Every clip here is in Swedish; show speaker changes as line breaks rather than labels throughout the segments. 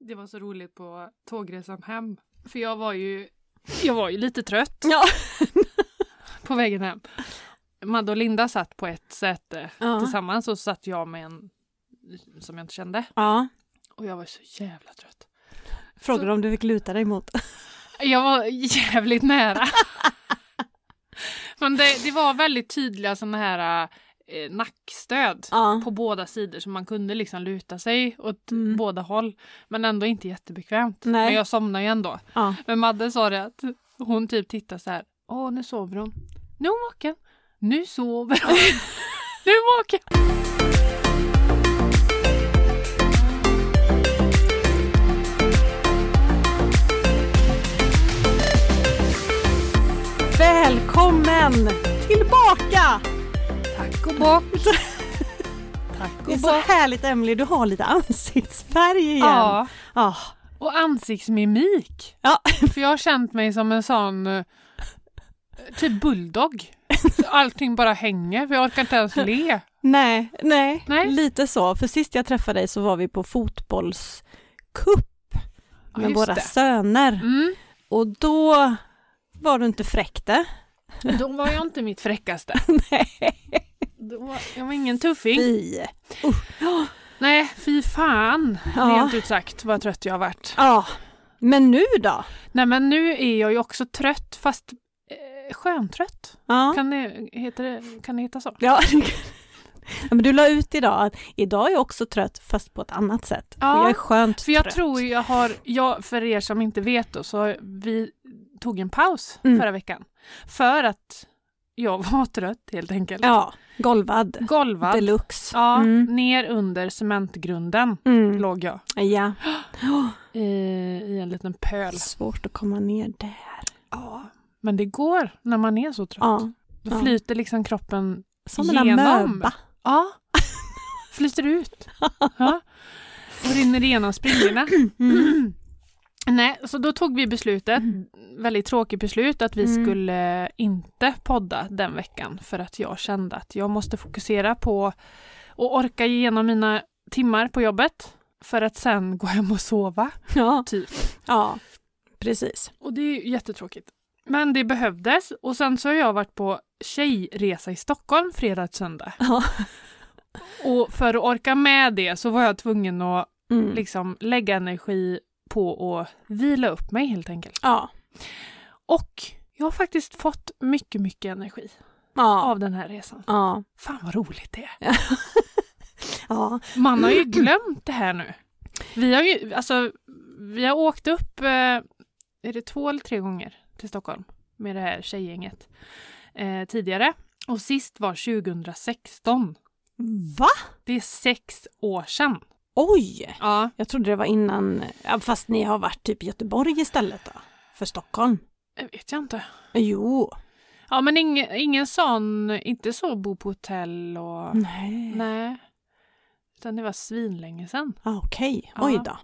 Det var så roligt på tågresan hem. För jag var ju, jag var ju lite trött
Ja.
på vägen hem. Madde och Linda satt på ett säte
Ja.
tillsammans och så satt jag med en som jag inte kände.
ja.
Och jag var så jävla trött.
Frågar
Så-
om du fick luta dig mot.
Jag var jävligt nära. Men det, det var väldigt tydliga sådana här eh, nackstöd.
Ja.
på båda sidor så man kunde liksom luta sig åt
Mm.
båda håll. Men ändå inte jättebekvämt.
Nej.
Men jag somnade ju ändå.
Ja.
Men Madde sa det att hon typ tittade så här. Åh, nu sover hon. Nu är hon vaken. Nu sover hon. nu är hon vaken.
Välkommen tillbaka!
Tack och bock. Tack
Det är
och
så
bock.
härligt Emily, du har lite ansiktsfärg igen. Ah,
Ja,
Ja.
och ansiktsmimik.
Ja.
För jag har känt mig som en sån eh, typ bulldog. Allting bara hänger för jag orkar inte ens le.
Nej, nej,
Nej.
lite så. För sist jag träffade dig så var vi på fotbollscup
Ja,
med
just
våra
det.
söner
Mm.
och då var du inte fräckte.
Då var jag inte mitt fräckaste.
Nej.
Då var, jag var ingen tuffing.
Fy.
Nej, fy fan.
Ja.
Rent ut sagt vad trött jag har varit.
ja. Men nu då?
Nej men nu är jag ju också trött fast eh, sköntrött.
Ja.
Kan, det, heter det, kan det heta så?
Ja, Ja, men du la ut idag att idag är jag också trött fast på ett annat sätt.
Ja,
och jag är skönt
För jag
trött.
tror jag har, jag, för er som inte vet då, så har vi tog en paus
Mm.
förra veckan. För att jag var trött helt enkelt.
Ja, golvad.
Liksom. Golvad.
Deluxe.
Ja,
Mm.
ner under cementgrunden
Mm.
låg jag
Ja.
i, i en liten pöl.
Svårt att komma ner där.
Ja, men det går när man är så trött.
Ja.
Då
ja.
flyter liksom kroppen,
Som en
Genom.
amöba.
ja, flyter ut. Ja. Och rinner igenom springorna. Mm. Nej, så då tog vi beslutet, väldigt tråkigt beslut, att vi
Mm.
skulle inte podda den veckan för att jag kände att jag måste fokusera på och orka igenom mina timmar på jobbet för att sen gå hem och sova.
Ja.
Typ.
ja, precis.
Och det är ju jättetråkigt. Men det behövdes och sen så har jag varit på tjejresa i Stockholm fredag till söndag.
Ja.
Och för att orka med det så var jag tvungen att
Mm.
liksom lägga energi på att vila upp mig helt enkelt.
Ja.
Och jag har faktiskt fått mycket, mycket energi
Ja.
av den här resan.
Ja.
Fan vad roligt det är.
ja.
Man har ju glömt det här nu. Vi har ju, alltså, vi har åkt upp, eh, är det två eller tre gånger till Stockholm med det här tjejgänget eh, tidigare. Och sist var 2016.
Va?
Det är sex år sedan.
Oj!
Ja.
Jag trodde det var innan, ja, fast ni har varit typ i Göteborg istället då? För Stockholm?
Jag vet jag inte.
Jo.
Ja men ingen, ingen sån, inte så bo på hotell och
Nej.
nej. Utan det var svinlänge sedan.
Ah, Okej,
Ja.
oj då.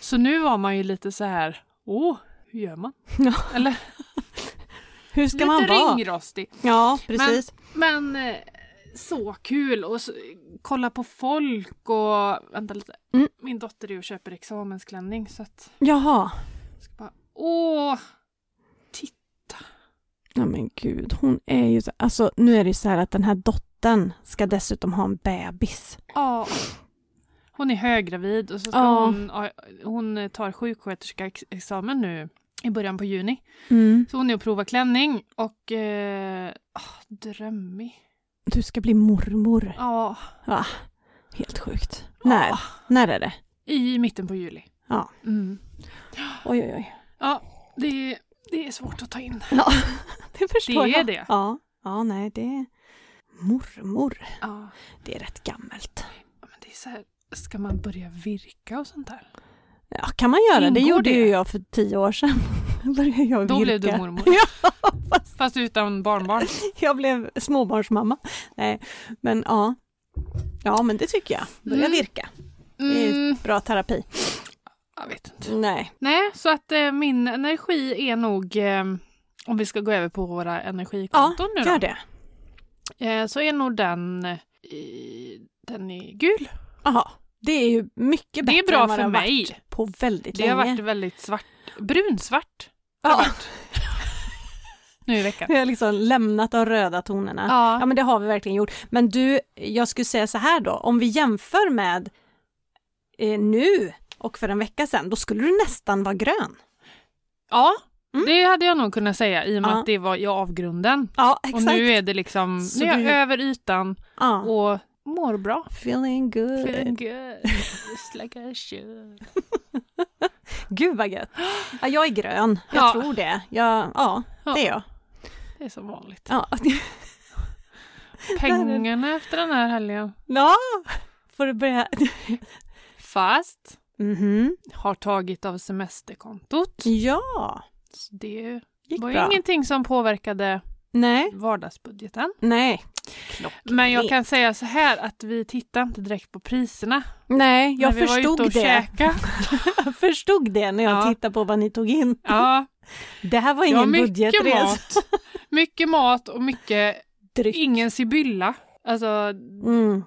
Så nu var man ju lite så här, åh, hur gör man?
Ja.
Eller
Hur ska
lite
man vara?
ringrostig.
Ja, precis.
Men eh, så kul och så, kolla på folk och vänta lite.
Mm.
Min dotter är och köper examensklänning så att
Jaha.
jag ska bara, åh,
Ja men gud, hon är ju så... Alltså nu är det ju så här att den här dottern ska dessutom ha en bebis.
ja. Hon är höggravid och så ska
Ja.
hon, ja, hon tar sjuksköterskeexamen nu i början på juni. Så hon är och provar klänning och eh, ah, drömmig.
Du ska bli mormor.
Ja,
Helt sjukt. När?
Ah.
När är det?
i mitten på juli.
Ja.
Mm.
Oj, oj, oj.
Ja, det, är- det är svårt att ta in.
Ja, det förstår
Det är
jag.
det.
Ja. ja, nej det är... Mormor,
Ja.
det är rätt gammalt.
Ja, Men det är så här, ska man börja virka och sånt där?
Ja, kan man göra. det
Ingår
gjorde
det?
ju jag för tio år sedan. Började jag
Då
virka.
blev du mormor. Fast utan barnbarn.
Jag blev småbarnsmamma. Nej, men ja. Ja, men det tycker jag. Börja
Mm.
virka.
Mm,
Bra terapi.
jag vet inte.
Nej.
Nej, så att eh, min energi är nog, eh, om vi ska gå över på våra energikonton nu då,
Gör det.
eh, så är nog den, eh, i- den är gul.
Jaha. Det är ju mycket
Det
bättre
är bra
än
för
vad det har
mig.
varit på väldigt
Det har
länge.
varit väldigt svart, brunsvart. har
ja,
varit. nu i veckan.
vi har liksom lämnat de röda tonerna. Ja
Ja,
men det har vi verkligen gjort. Men du, jag skulle säga så här då, om vi jämför med eh, nu och för en vecka sedan, då skulle du nästan vara grön.
ja
Mm.
det hade jag nog kunnat säga i och med
Ja.
att det var i avgrunden.
Ja,
Och
exakt.
nu är det liksom,
Så
nu är
du-
jag över ytan
ja.
och mår bra.
Feeling good.
Feeling good, just like I should.
Gud vad gött. Ja, jag är grön, jag
Ja.
tror det. Jag, ja,
Ja.
det är jag.
Det är som vanligt.
Ja.
Pengarna efter den här helgen.
ja, får du börja?
Fast
Mhm.
har tagit av semesterkontot.
Ja,
Så det
gick
var ju
bra.
ingenting som påverkade
Nej,
vardagsbudgeten.
nej.
Men jag kan säga så här att vi tittar inte direkt på priserna.
Nej, jag
när vi
förstod
var ute och
det.
Käka.
Jag förstod det när jag
Ja.
tittade på vad ni tog in.
Ja,
Det här var
det var
ingen
mycket
budgetresa.
mat. Mycket mat och mycket,
Dryck.
ingen sibylla. Alltså,
Mm.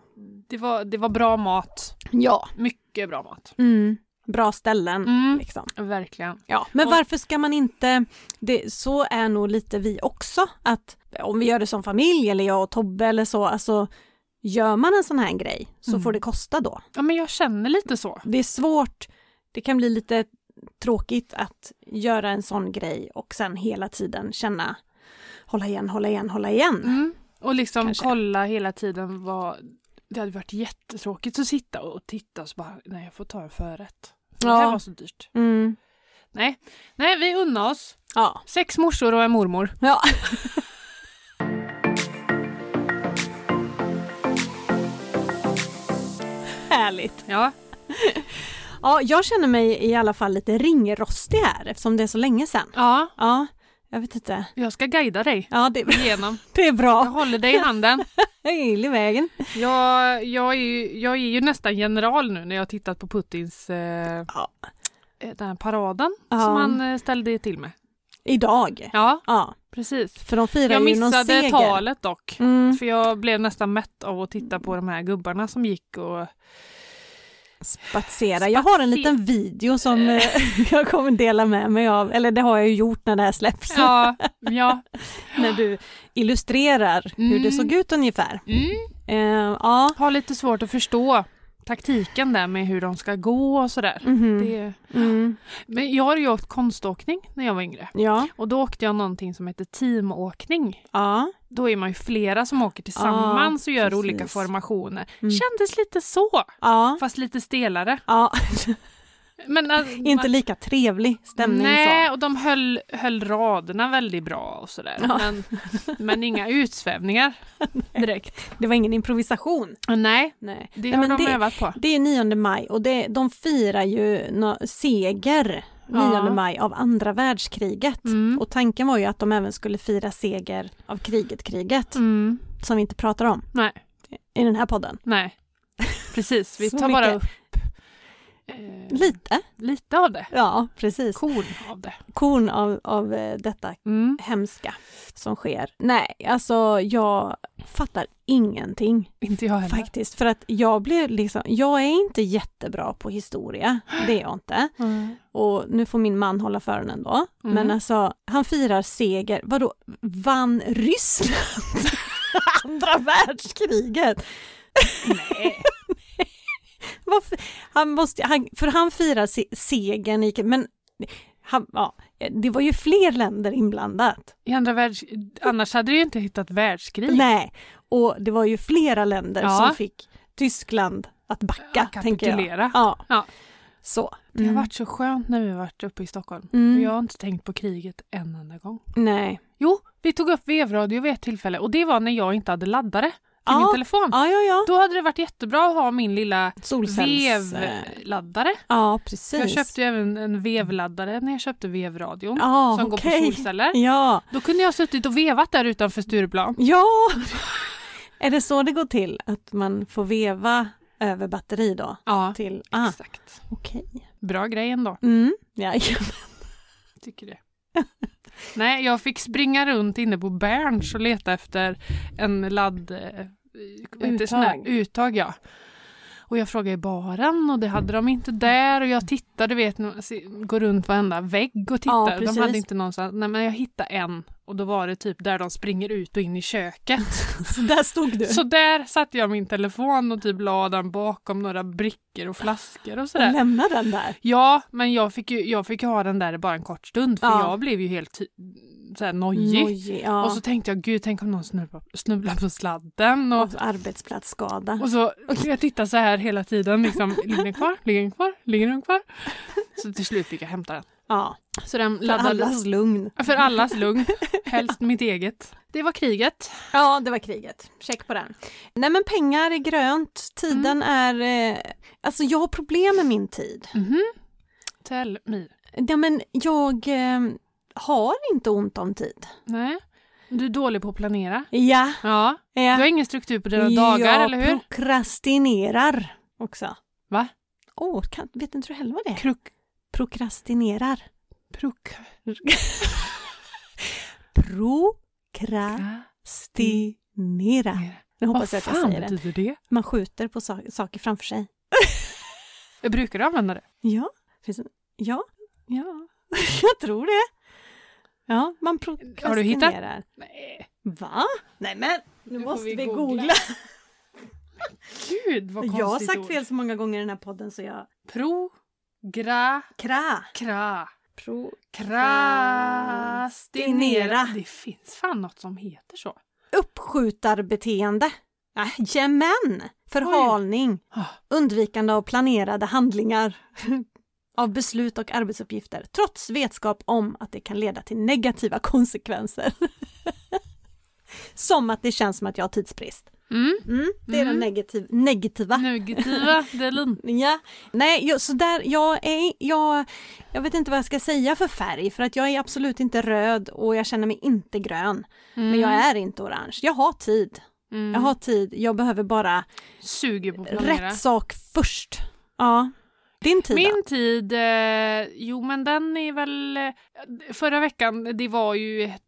det var, det var bra mat.
Ja.
Mycket bra mat.
Mm. Bra ställen.
Mm,
Liksom.
verkligen.
Ja. Men
Och-
varför ska man inte, det, så är nog lite vi också, att om vi gör det som familj eller jag och Tobbe eller så, alltså gör man en sån här grej så
Mm.
får det kosta då.
Ja, men jag känner lite så.
Det är svårt, det kan bli lite tråkigt att göra en sån grej och sen hela tiden känna hålla igen, hålla igen, hålla igen.
Mm. Och liksom
Kanske.
kolla hela tiden vad... Det hade varit jättetråkigt att sitta och titta och så bara, nej jag får ta en förrätt. För Det här
Ja.
var så dyrt.
Mm.
Nej, nej vi unnar oss.
Ja.
Sex morsor och en mormor.
ja. Härligt.
Ja,
Ja, jag känner mig i alla fall lite ringrostig här eftersom det är så länge sedan.
ja
Ja, jag vet inte.
jag ska guida dig
Ja, det,
igenom.
det är
Jag
bra.
håller dig i handen.
Hej, i vägen.
Jag, jag, är ju, jag är ju nästan general nu när jag har tittat på Putins eh,
Ja.
eh, den här paraden som
Ja,
han eh, ställde till med.
Idag.
Ja,
Ja,
precis.
för de firar
Jag
ju någon
missade
seger.
talet dock.
Mm.
För jag blev nästan mätt av att titta på de här gubbarna som gick och...
Spatsera. Jag har en liten video som eh, jag kommer dela med mig av. Eller det har jag ju gjort när det här släpps.
Ja, ja.
När du illustrerar hur det
Mm.
såg ut ungefär.
Mm.
Eh, ja.
Har lite svårt att förstå taktiken där med hur de ska gå och sådär.
Mhm.
Det,
Mm.
men jag har ju åkt konståkning när jag var yngre.
Ja.
Och då åkte jag någonting som heter teamåkning.
Ja.
Då är man ju flera som åker tillsammans och gör
Ah, precis.
olika formationer.
Mm.
Kändes lite så,
Ja.
fast lite stelare.
ja.
Men, äh,
Inte lika trevlig stämning så.
Nej, och de höll, höll raderna väldigt bra och sådär.
Ja.
Men, men inga utsvävningar direkt.
Eh, Det var ingen improvisation.
Och Nej,
Nej.
det
Nej,
har
men
de
det-
övat på.
Det är 9 maj och det, de firar ju nå- seger 9
Ja.
maj av andra världskriget.
Mm.
Och tanken var ju att de även skulle fira seger av kriget, kriget,
Mm.
som vi inte pratar om
Nej,
i den här podden.
nej. Precis, vi
Så
tar bara upp
mycket.
eh,
Lite,
lite av det.
ja precis.
Korn av det.
Korn av, av eh, detta
Mm.
hemska som sker. Nej, alltså jag fattar ingenting.
Inte jag heller.
Faktiskt, för att jag blev liksom, jag är inte jättebra på historia, det är jag inte.
Mm.
Och nu får min man hålla för den ändå.
Mm.
Men alltså, han firar seger. Vadå, vann Ryssland andra världskriget?
Nej.
Varför? Han måste, han, för han firar se, segern i... Men han, ja, det var ju fler länder inblandat.
I andra världs... Annars hade du ju inte hittat världskrig.
Nej, och det var ju flera länder
Ja.
som fick Tyskland att backa, tänker jag.
Kapitulera.
Ja.
Ja. Mm.
Så.
Det har varit så skönt när vi har varit uppe i Stockholm.
Mm.
För jag har inte tänkt på kriget en enda gång.
Nej.
Jo, vi tog upp vevradio vid ett tillfälle och det var när jag inte hade laddare till
Ja.
min telefon.
Ja, ja, ja.
Då hade det varit jättebra att ha min lilla
Solcells... eh,
vevladdare.
Ja, precis.
Jag köpte ju även en vevladdare när jag köpte vevradion
ja,
som går på
okej.
solceller.
Ja,
Då kunde jag ha suttit och vevat där utanför Stureplan.
ja. är det så det går till? Att man får veva över batteri då?
Ja,
Till, ah,
exakt.
okej.
Bra grej ändå,
Mm, ja, ja.
tycker det. Nej, jag fick springa runt inne på Berns och leta efter en ladd... eh, Ett sånt här
Uttag.
uttag, ja. Och jag frågade i baren och det hade de inte där och jag tittade, du vet, går runt varenda vägg och
Ja,
tittar. de
precis.
hade inte någonstans, nej men jag hittade en och då var det typ där de springer ut och in i köket.
Så där stod du
Så där satte jag min telefon och typ la den bakom några brickor och flaskor och
och
sådär.
lämnade den där.
Ja, men jag fick ju jag fick ju ha den där bara en kort stund för
Ja.
jag blev ju helt ty- såhär nojig.
Nojig, ja.
Och så tänkte jag, gud tänk om någon snubblar, snubblar på sladden. Och,
Och så arbetsplatsskada.
och så jag tittar så här hela tiden, liksom, ligger den kvar, ligger den kvar, ligger den kvar? Så till slut fick jag hämta den.
ja,
Så den
för allas lugn.
för allas lugn, helst mitt eget. Det var kriget.
Ja, det var kriget. Check på den. Nej men pengar är grönt,
Mm.
tiden är... Eh, alltså jag har problem med min tid.
Mhm. Tell me.
Ja men jag eh, har inte ont om tid.
Nej. Du är dålig på att planera.
Ja,
Ja. Du
ja.
har ingen struktur på dina dagar,
jag
eller hur?
prokrastinerar också.
Va?
Åh, kan, vet inte du heller vad det är?
Kruk...
Prokrastinerar.
Pruk...
Prokrastinera. Nu
Vad
hoppas jag att jag
fan
säger det.
betyder det?
Man skjuter på sa- saker framför sig.
Jag brukar använda det.
Ja, finns en... ja, ja, jag tror det. Ja, man prokrastinerar.
Har du hittat? Nej.
Va? Nej men, nu
får
måste
vi
vi,
googla.
googla.
Gud, vad konstigt
Jag har sagt
ord.
fel så många gånger i den här podden så jag...
Pro... Gra...
Kra.
Kra...
Pro.
Krastinera.
Krastinera.
Det finns fan något som heter så.
Uppskjutarbeteende. Jajamän! Förhalning.
Ah,
Undvikande av planerade handlingar. av beslut och arbetsuppgifter. Trots vetskap om att det kan leda till negativa konsekvenser. som att det känns som att jag har tidsbrist.
Mm.
Mm, det är
Mm.
den negativ, negativa.
Negativa delin.
Ja, nej, jag, så där, jag är, jag, jag vet inte vad jag ska säga för färg för att jag är absolut inte röd och jag känner mig inte grön. Men jag är inte orange. Jag har tid.
Mm.
Jag har tid. Jag behöver bara
Suger på att planera.
rätt sak först. Ja. Din tid då?
Min tid, eh, jo men den är väl, eh, förra veckan det var ju ett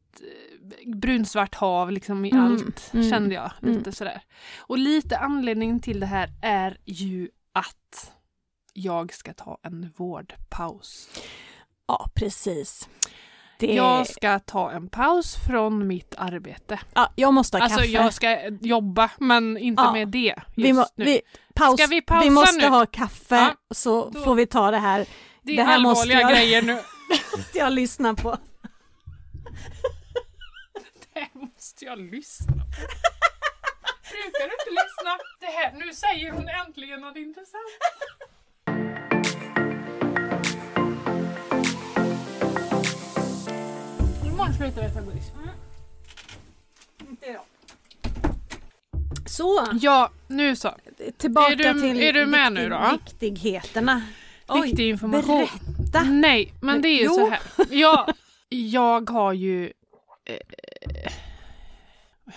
eh, brunsvart hav liksom i
Mm,
allt
mm,
kände jag lite
mm.
sådär. Och lite anledningen till det här är ju att jag ska ta en vårdpaus.
Ja, precis. Det...
Jag
Jag...
ska ta en paus från mitt arbete.
Ja, jag måste ha
Alltså
kaffe.
jag ska jobba men inte
Ja.
med det just
vi, må,
nu.
vi, paus.
Ska vi pausa
måste
nu?
ha kaffe
Ja,
så
då-
får vi ta det här.
det är
det här måste
allvarliga
jag-
grejer nu.
Måste jag lyssna på.
Det här måste jag lyssna på. Brukar du inte lyssna? Det här, nu säger hon äntligen något intressant. Imorgon slutar jag äta godis.
Så,
Ja, nu så.
tillbaka
Är du-
till
är du med nu då?
viktigheterna.
Viktig information.
Berätta.
Nej, men det är ju
Jo.
så här. Jag, jag har ju... Eh,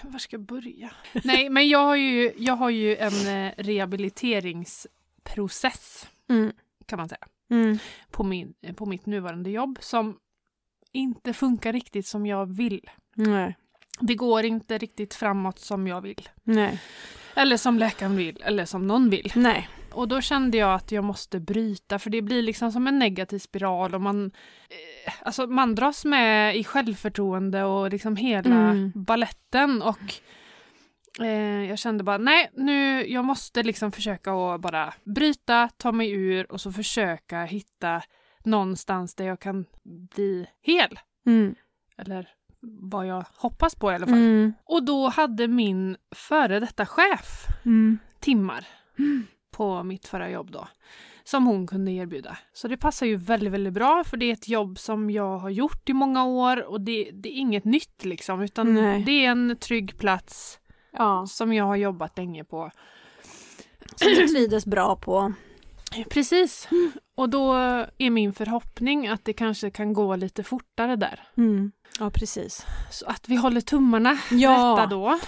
var ska jag börja? Nej, men jag har ju, jag har ju en eh, rehabiliteringsprocess
Mm.
kan man säga
Mm.
på, min, eh, på mitt nuvarande jobb som inte funkar riktigt som jag vill.
Nej.
Det går inte riktigt framåt som jag vill.
Nej.
Eller som läkaren vill, eller som någon vill.
Nej.
Och då kände jag att jag måste bryta för det blir liksom som en negativ spiral och man, eh, alltså man dras med i självförtroende och liksom hela
Mm.
balletten och eh, jag kände bara nej nu, jag måste liksom försöka att bara bryta, ta mig ur och så försöka hitta någonstans där jag kan bli hel.
Mm.
Eller vad jag hoppas på i alla fall.
Mm.
Och då hade min före detta chef
Mm.
timmar på mitt förra jobb då, som hon kunde erbjuda. Så det passar ju väldigt, väldigt bra för det är ett jobb som jag har gjort i många år och det, det är inget nytt liksom utan
Nej.
det är en trygg plats
Ja,
som jag har jobbat länge på.
som du trivdes bra på.
Precis,
Mm.
och då är min förhoppning att det kanske kan gå lite fortare där.
Mm. Ja, precis.
Så att vi håller tummarna
Ja,
rätta då.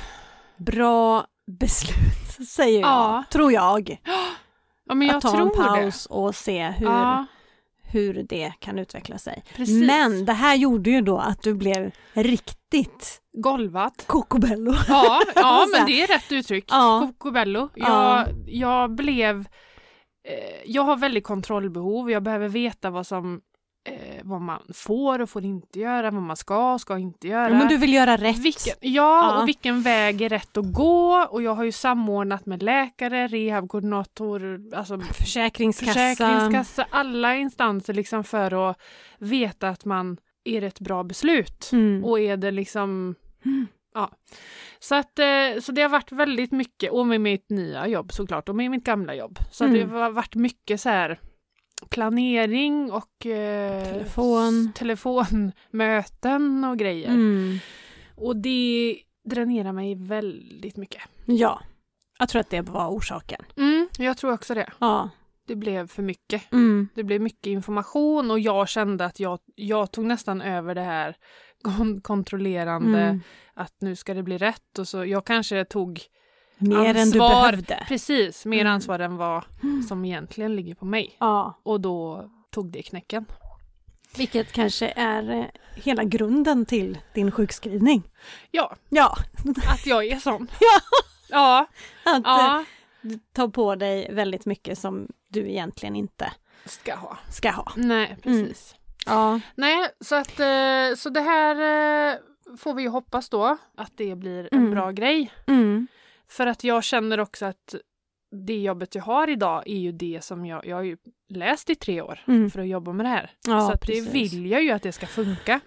bra beslut säger jag,
Ja.
tror jag.
Ja, men jag
att ta
tror
en paus och se hur,
det. Ja,
hur det kan utveckla sig.
Precis.
Men det här gjorde ju då att du blev riktigt
Golvat.
kokobello.
Ja, ja
Så här.
men det är rätt uttryck.
Ja.
Cocobello. Jag,
Ja.
jag blev... Eh, jag har väldigt kontrollbehov. Jag behöver veta vad som... Eh, vad man får och får inte göra, vad man ska och ska inte göra.
Ja, men du vill göra rätt.
Vilken, ja,
Ja.
och vilken väg är rätt att gå? Och jag har ju samordnat med läkare, rehabkoordinator, alltså
Försäkringskassa.
försäkringskassa, alla instanser liksom för att veta att man är ett bra beslut.
Mm.
Och är det liksom... Ja. Så, att, eh, så det har varit väldigt mycket, och med mitt nya jobb såklart, och med mitt gamla jobb. Så att
Mm.
det har varit mycket så här planering och eh,
Telefon.
s- telefonmöten och grejer.
Mm.
Och det dränerar mig väldigt mycket.
Ja, jag tror att det var orsaken.
Jag tror också det.
Ja.
Det blev för mycket.
Mm.
Det blev mycket information och jag kände att jag, jag tog nästan över det här kon- kontrollerande
Mm.
att nu ska det bli rätt och så jag kanske tog
Mer än du
Ansvar. Mm.
behövde.
precis mer
Mm.
ansvar än vad som egentligen ligger på mig
Ja.
och då tog det knäcken.
Vilket kanske är eh, hela grunden till din sjukskrivning.
Ja,
Ja,
att jag är sån. ja,
att eh,
ja,
ta på dig väldigt mycket som du egentligen inte
ska ha.
ska ha. Mm.
Nej, precis.
Ja.
Nej, så att eh, så det här eh, får vi ju hoppas då att det blir en
Mm.
bra grej.
Mm.
För att jag känner också att det jobbet jag har idag är ju det som jag, jag har ju läst i tre år
Mm.
för att jobba med det här.
Ja,
så att det
precis.
vill jag ju att det ska funka.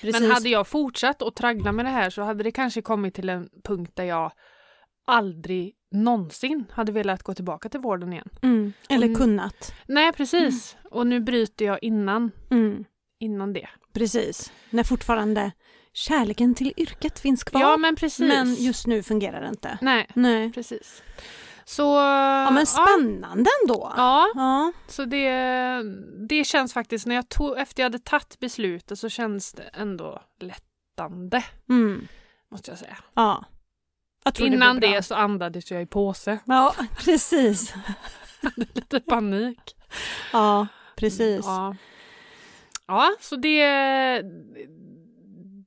Precis.
Men hade jag fortsatt att traggla med det här så hade det kanske kommit till en punkt där jag aldrig någonsin hade velat gå tillbaka till vården igen.
mm. Eller
Mm.
kunnat.
Nej, precis. Och nu bryter jag innan,
Mm.
innan det.
Precis. När fortfarande kärleken till yrket finns kvar.
Ja, men precis.
men just nu fungerar det inte.
Nej,
Nej.
precis. Så...
Ja, men spännande ändå.
Ja,
Ja.
så det, det känns faktiskt, när jag tog, efter jag hade tagit beslutet så känns det ändå lättande,
Mm.
måste jag säga.
ja. Jag tror
Innan
blir
det,
bra.
så andades jag i påse,
Ja, precis.
lite panik.
Ja, precis.
Ja. ja, så det...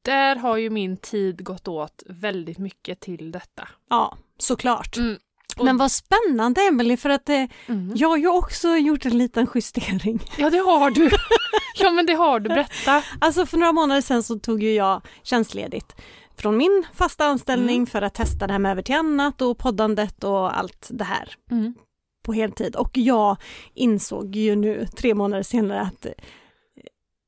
Där har ju min tid gått åt väldigt mycket till detta.
Ja, såklart.
Mm. Och-
Men vad spännande Emelie för att eh,
Mm.
jag har ju också gjort en liten justering.
Ja, det har du. ja, men det har du. Berätta.
Alltså för några månader sedan så tog ju jag tjänstledigt från min fasta anställning
Mm.
för att testa det här med över till annat och poddandet och allt det här
Mm.
på heltid. Och jag insåg ju nu tre månader senare att eh,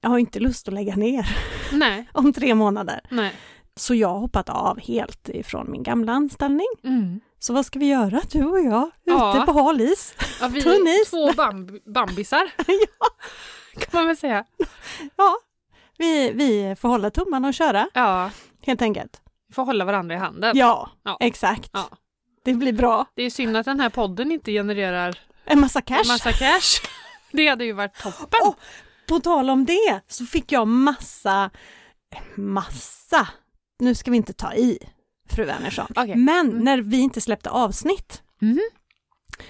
jag har inte lust att lägga ner
Nej,
om tre månader.
nej.
Så jag har hoppat av helt ifrån min gamla anställning.
Mm.
Så vad ska vi göra du och jag ute
Ja.
på hal is?
Ja, vi
Tunn
är
is.
två bamb bambisar. Kan man väl säga.
Ja, vi, vi får hålla tummarna och köra
Ja,
helt enkelt.
vi får hålla varandra i handen.
Ja,
Ja.
exakt.
Ja.
Det blir bra.
Det är synd att den här podden inte genererar
En massa cash.
en massa cash. Det hade ju varit toppen.
Åh! På tal om det så fick jag massa, massa, nu ska vi inte ta i fru Wernersson,
Okej.
men
Mm.
när vi inte släppte avsnitt
Mhm.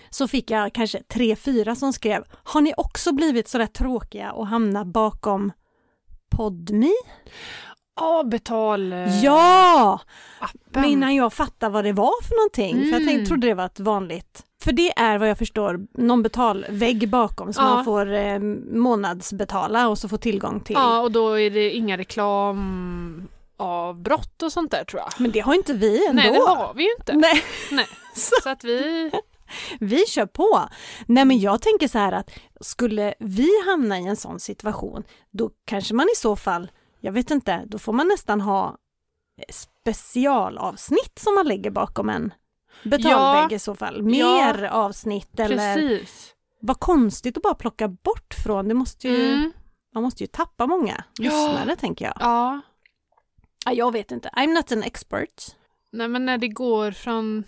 så fick jag kanske tre, fyra som skrev, har ni också blivit sådär tråkiga och hamnat bakom Podmi?
Avbetal... eh,
Ja!
Appen.
Men innan jag fattade vad det var för någonting, för jag
Mm.
tänkte, trodde det var ett vanligt för det är vad jag förstår någon betalvägg bakom som
Ja.
man får eh, månadsbetala och så får tillgång till.
Ja, och då är det inga reklamavbrott och sånt där tror jag.
Men det har inte vi ändå. Mm.
Nej, det har vi ju inte.
Nej,
Så att vi...
vi kör på. Nej men jag tänker så här att skulle vi hamna i en sån situation då kanske man i så fall, jag vet inte, då får man nästan ha eh, specialavsnitt som man lägger bakom en betalvägg i så fall.
Ja.
Mer avsnitt eller
Precis.
vad konstigt att bara plocka bort från, det måste ju,
Mm.
man måste ju tappa många
Ja.
lyssnare tänker jag.
Ja.
Ja, jag vet inte, I'm not an expert.
Nej, men när det går från...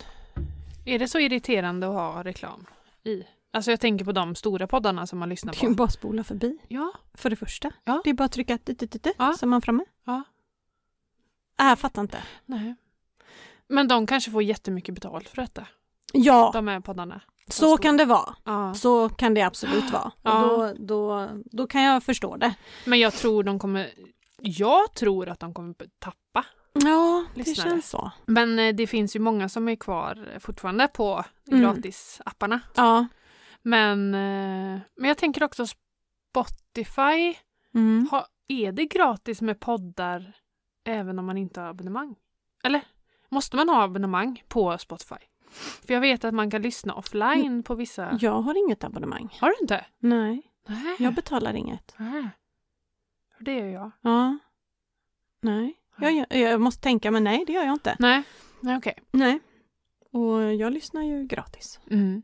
Är det så irriterande att ha reklam i? Alltså jag tänker på de stora poddarna som man lyssnar
Det är ju
på.
bara att spola förbi.
Ja,
För det första.
Ja.
Det är bara att trycka tut, tut, tut, tut,
Ja.
så är man framme.
Ja.
Äh, jag fattar inte.
nej. Men de kanske får jättemycket betalt för detta,
Ja,
de här poddarna.
Så kan det vara.
Ja.
Så kan det absolut vara.
Ja.
Och då, då, då kan jag förstå det.
Men jag tror de kommer... Jag tror att de kommer tappa.
Ja, det
Lyssnare.
känns så.
Men eh, det finns ju många som är kvar eh, fortfarande på
Mm.
gratisapparna.
Ja.
Men, eh, men jag tänker också Spotify.
Mm.
Ha, är det gratis med poddar även om man inte har abonnemang? Eller? Måste man ha abonnemang på Spotify? För jag vet att man kan lyssna offline på vissa...
Jag har inget abonnemang.
Har du inte?
Nej,
Nej.
jag betalar inget.
Nej. Det gör jag.
Ja. Nej. Jag, gör- jag måste tänka, men nej, det gör jag inte.
Nej, Nej, okej.
Nej. Och jag lyssnar ju gratis.
Mm.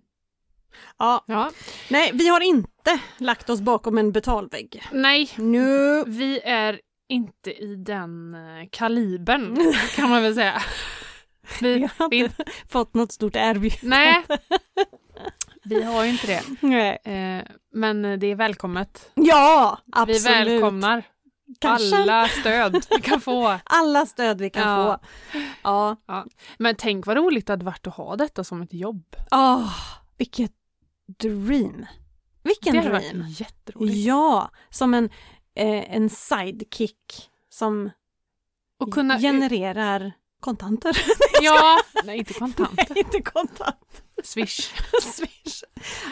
Ja.
Ja.
Nej, vi har inte lagt oss bakom en betalvägg.
Nej,
Nu.
vi är inte i den eh, kalibern kan man väl säga.
Vi
Vi,
har
vi,
inte fått något stort erbjudande.
nej, vi har ju inte det.
Nej.
Eh, Men det är välkommet.
Ja, absolut.
Vi välkomnar
Kanske
alla stöd vi kan få.
alla stöd vi kan
Ja.
få. Ja.
Men tänk vad roligt det hade varit att ha detta som ett jobb.
Åh, vilket dream. Vilken
det hade
dream.
varit jätteroligt.
Ja, som en, eh, en sidekick som
Och kunna...
genererar kontanter.
ja, nej inte kontant.
Inte kontanter,
Swish.
swish.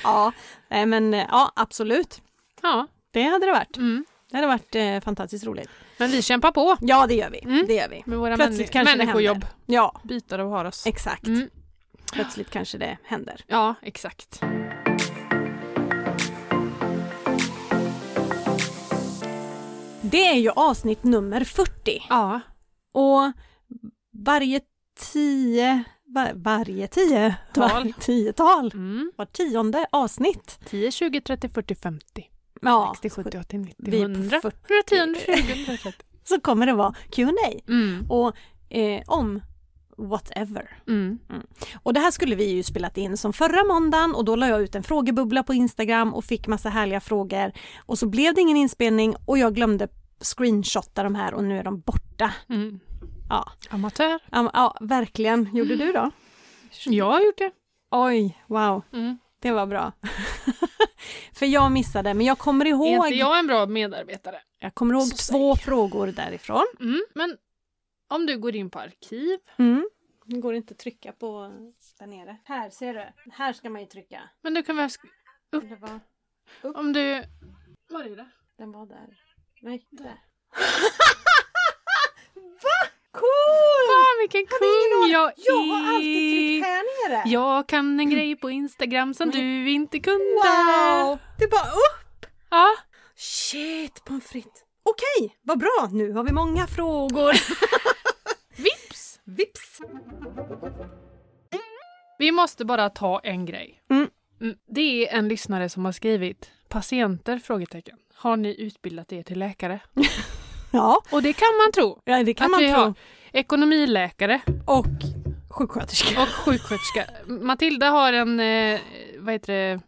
Ja, nej, men eh, ja, absolut.
Ja.
Det hade det varit.
Mm.
Det hade varit eh, fantastiskt roligt.
Men vi kämpar på
Ja, det gör vi.
Mm.
Det gör vi.
med våra
Plötsligt
männi-
kanske det
människojobb.
Ja,
Bytar och har oss.
exakt.
Mm.
Plötsligt kanske det händer.
Ja, exakt.
Det är ju avsnitt nummer 40.
Ja.
Och varje tio... Var, varje tio?
Tal.
Var, tiotal.
Mm.
Var tionde avsnitt.
10, 20, 30, 40, 50,
Ja,
60, 70, 80, 90,
vi är på
100,
40.
110, 120, 130.
så kommer det vara Q&A
Mm.
Och eh, om whatever.
Mm.
Och det här skulle vi ju spelat in som förra måndagen och då la jag ut en frågebubbla på Instagram och fick massa härliga frågor. Och så blev det ingen inspelning och jag glömde screenshotta de här och nu är de borta.
Mm.
Ja,
Amatör.
ja, ja verkligen. Gjorde du då?
Jag har gjort det.
Oj, wow.
Mm.
Det var bra. För jag missade, men jag kommer
Är
ihåg,
inte jag en bra medarbetare?
jag kommer ihåg
Så
två frågor därifrån.
Mm. Men om du går in på arkiv.
Mm. Det går inte att trycka på där nere. Här, ser du? Här ska man ju trycka.
Men du kan väl... sk- Upp.
Det var-
Om du... Var är det?
Den var där. Nej, där. Va? Cool!
Fan vilken kung jag är!
Jag har alltid tryckt här nere.
Jag kan en grej på Instagram som du inte kunde.
Wow! Det bara upp!
Ja.
Shit, pommes frites. Okej, vad bra. Nu har vi många frågor.
Vips!
Vips!
Vi måste bara ta en grej.
Mm.
Mm, Det är en lyssnare som har skrivit patienter? frågetecken. Har ni utbildat er till läkare?
Ja,
Och det kan man tro.
ja, det kan
att
man
vi
tro.
har ekonomiläkare
Och sjuksköterska.
och sjuksköterska. Matilda har en eh, vad heter det,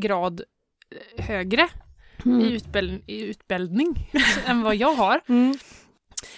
grad eh, högre i, utbildning, i utbildning än vad jag har.
Mm.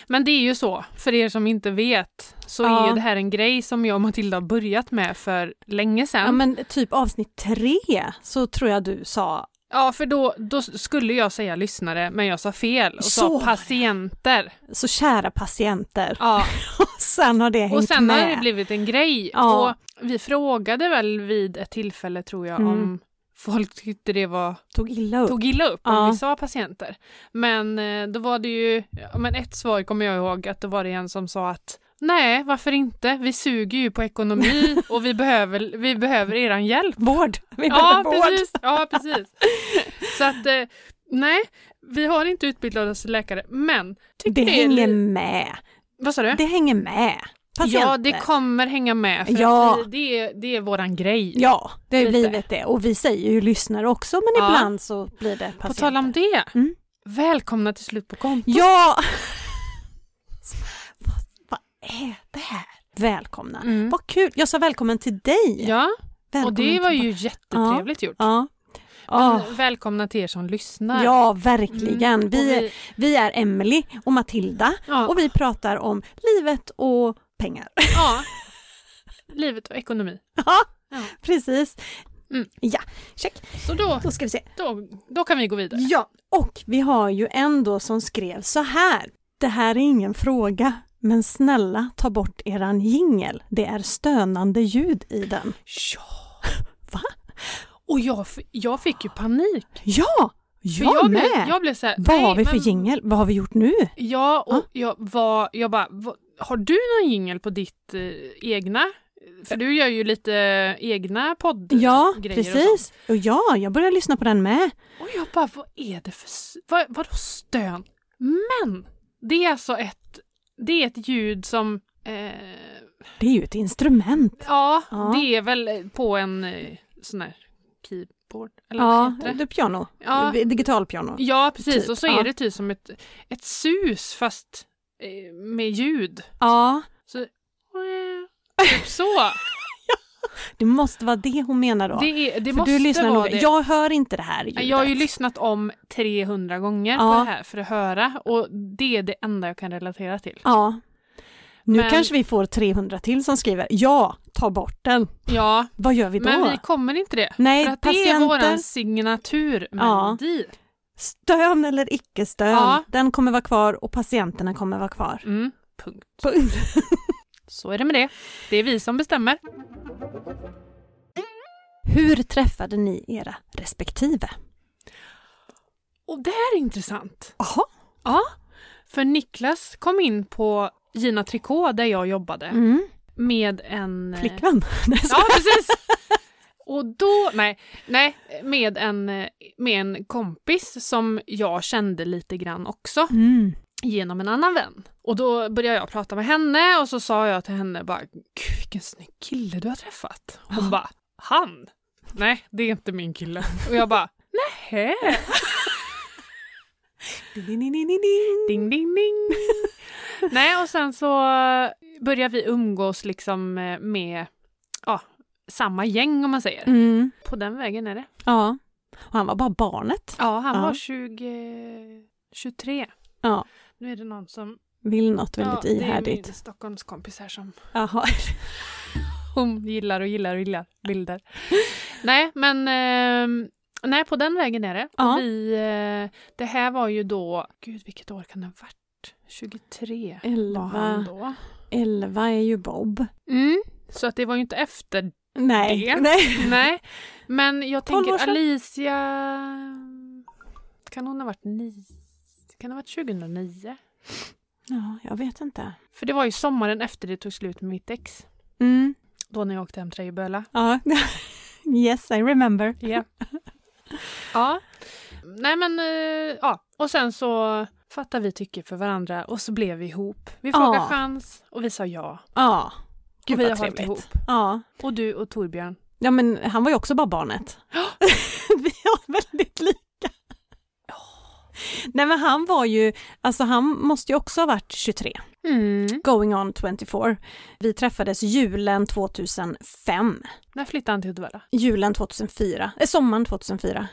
Men det är ju så, för er som inte vet, så är
Ja.
ju det här en grej som jag och Matilda har börjat med för länge sedan.
Ja, men typ avsnitt tre så tror jag du sa.
Ja, för då, då skulle jag säga lyssnare, men jag sa fel och
Så
sa
var det.
patienter.
Så kära patienter.
Ja,
Och sen har det
och
hängt
sen
med.
har det blivit en grej.
Ja.
Och vi frågade väl vid ett tillfälle, tror jag,
Mm.
om folk tyckte det var,
Tog illa upp.
tog illa upp
Ja.
om vi sa patienter. Men eh, då var det ju, ja, men ett svar kommer jag ihåg, att då var det en som sa att nej, varför inte? Vi suger ju på ekonomi och vi behöver, vi behöver er hjälp.
Vård. Vi
Ja,
behöver vård.
precis. Ja, precis. Så att, eh, nej, vi har inte utbildat oss till läkare, men
Det
tycker det är
hänger
li-
med.
Vad sa du?
Det hänger med. Patienter.
ja, det kommer hänga med, för
Ja.
att vi, det, är, det är våran grej.
Ja, det har
Lite.
blivit det. Och vi säger ju lyssnare också, men
Ja.
ibland så blir det patienter.
På tal om det,
Mm.
välkomna till slut på kontot.
Ja! vad, vad är det här? Välkomna.
Mm.
Vad kul. Jag sa välkommen till dig.
Ja, och
välkommen
det var
till-
ju jättetrevligt gjort.
Ja.
Men
Ja.
Välkomna till er som lyssnar.
Ja, verkligen.
Mm, Och
Vi,
vi-
vi är Emily och Matilda
ja,
och vi pratar om livet och pengar.
ja. Livet och ekonomi.
Ja.
Ja.
Precis.
Mm.
Ja, check.
Så då,
Då ska vi se.
då, då kan vi gå vidare.
Ja, och vi har ju en då som skrev så här. Det här är ingen fråga, men snälla ta bort eran jingel. Det är stönande ljud i den.
Ja.
Va?
Och jag, f- jag fick ju panik.
Ja,
För
jag,
jag,
med!
Blev, jag blev så här,
Vad har
nej,
vi för
men-
jingel? Vad har vi gjort nu?
Ja, och
Ja.
jag var, jag bara, "Vad- har du någon jingel på ditt eh, egna? För du gör ju lite eh, egna poddgrejer.
Ja,
Och, sånt.
precis. Och ja, jag börjar lyssna på den med.
och jag bara, vad är det för, s- vad, vadå stön? Men det är alltså ett, det är ett ljud som, eh,
Det är ju ett instrument.
ja,
Ja.
det är väl på en eh, sån här keyboard, eller vad
Ja,
heter det?
det är piano.
Ja.
Digital piano.
Ja, precis.
typ,
och så är
ja.
det typ som ett, ett sus fast eh, med ljud.
Ja,
Så, eh, typ så.
det måste vara det hon menar då.
Det, är, det
För
måste
du lyssnar
vara
noga.
det.
Jag hör inte det här ljudet.
Jag har ju lyssnat om 300 gånger på
Ja.
det här för att höra och det är det enda jag kan relatera till.
Ja. Nu
Men-
kanske vi får 300 till som skriver ja, ta bort den.
Ja,
Vad gör vi då?
men vi kommer inte det.
Nej,
För att det är
patienter,
våran signaturmelodi.
stön eller icke-stön,
Ja.
den kommer vara kvar och patienterna kommer vara kvar.
Mm, punkt.
Punkt.
Så är det med det. Det är vi som bestämmer.
Hur träffade ni era respektive?
Och det här är intressant.
Jaha.
För Niklas kom in på Gina Tricot där jag jobbade
Mm.
med en... eh,
Flickvän? Nej, så-
Ja, precis. Och då, nej, nej med, en, eh, med en kompis som jag kände lite grann också
Mm.
genom en annan vän. Och då började jag prata med henne och så sa jag till henne bara, gud vilken snygg kille du har träffat. Hon bara, han? Nej, det är inte min kille. Och jag bara, nähä?
Ding, ding, ding, ding, ding.
Ding, ding, ding. Nej, och sen så började vi umgås liksom eh, med ja, samma gäng om man säger.
Mm.
På den vägen är det.
Ja. Och han var bara barnet.
Ja, han
Ja.
var 20, 23.
Ja.
Nu är det någon som...
Vill något väldigt
ja, Det är
ihärdigt.
min Stockholmskompis här som
Jaha.
hon gillar och gillar och gillar bilder. nej, men... ehm, nej, på den vägen är det.
Ja.
Och Vi, eh, det här var ju då... Gud, vilket år kan det ha varit? 23 var han
Elva.
då.
Elva är ju Bob.
Mm. Så att det var ju inte efter
Nej.
Det.
Nej.
Nej, men jag
Tolv år
tänker
sedan.
Alicia... Kan hon ha varit nio? Kan det ha varit 2009?
Ja, jag vet inte.
För det var ju sommaren efter det tog slut med mitt ex.
Mm.
Då när jag åkte hem till dig i Böla.
Ja. yes, I remember.
Ja. ja. Nej men, eh, ja. Och sen så fattade vi tycke för varandra och så blev vi ihop. Vi frågade
Ja.
chans och vi sa ja.
Ja. Gud
och vi
vad
hållit
trevligt.
ihop.
Ja.
Och du och Torbjörn.
ja, men han var ju också bara barnet. Vi har väldigt lika. Nej men han var ju, alltså han måste ju också ha varit 23,
Mm.
going on 24. Vi träffades julen 2005,
När flyttade han till Uddevalla?
julen 2004, eh, sommaren 2004.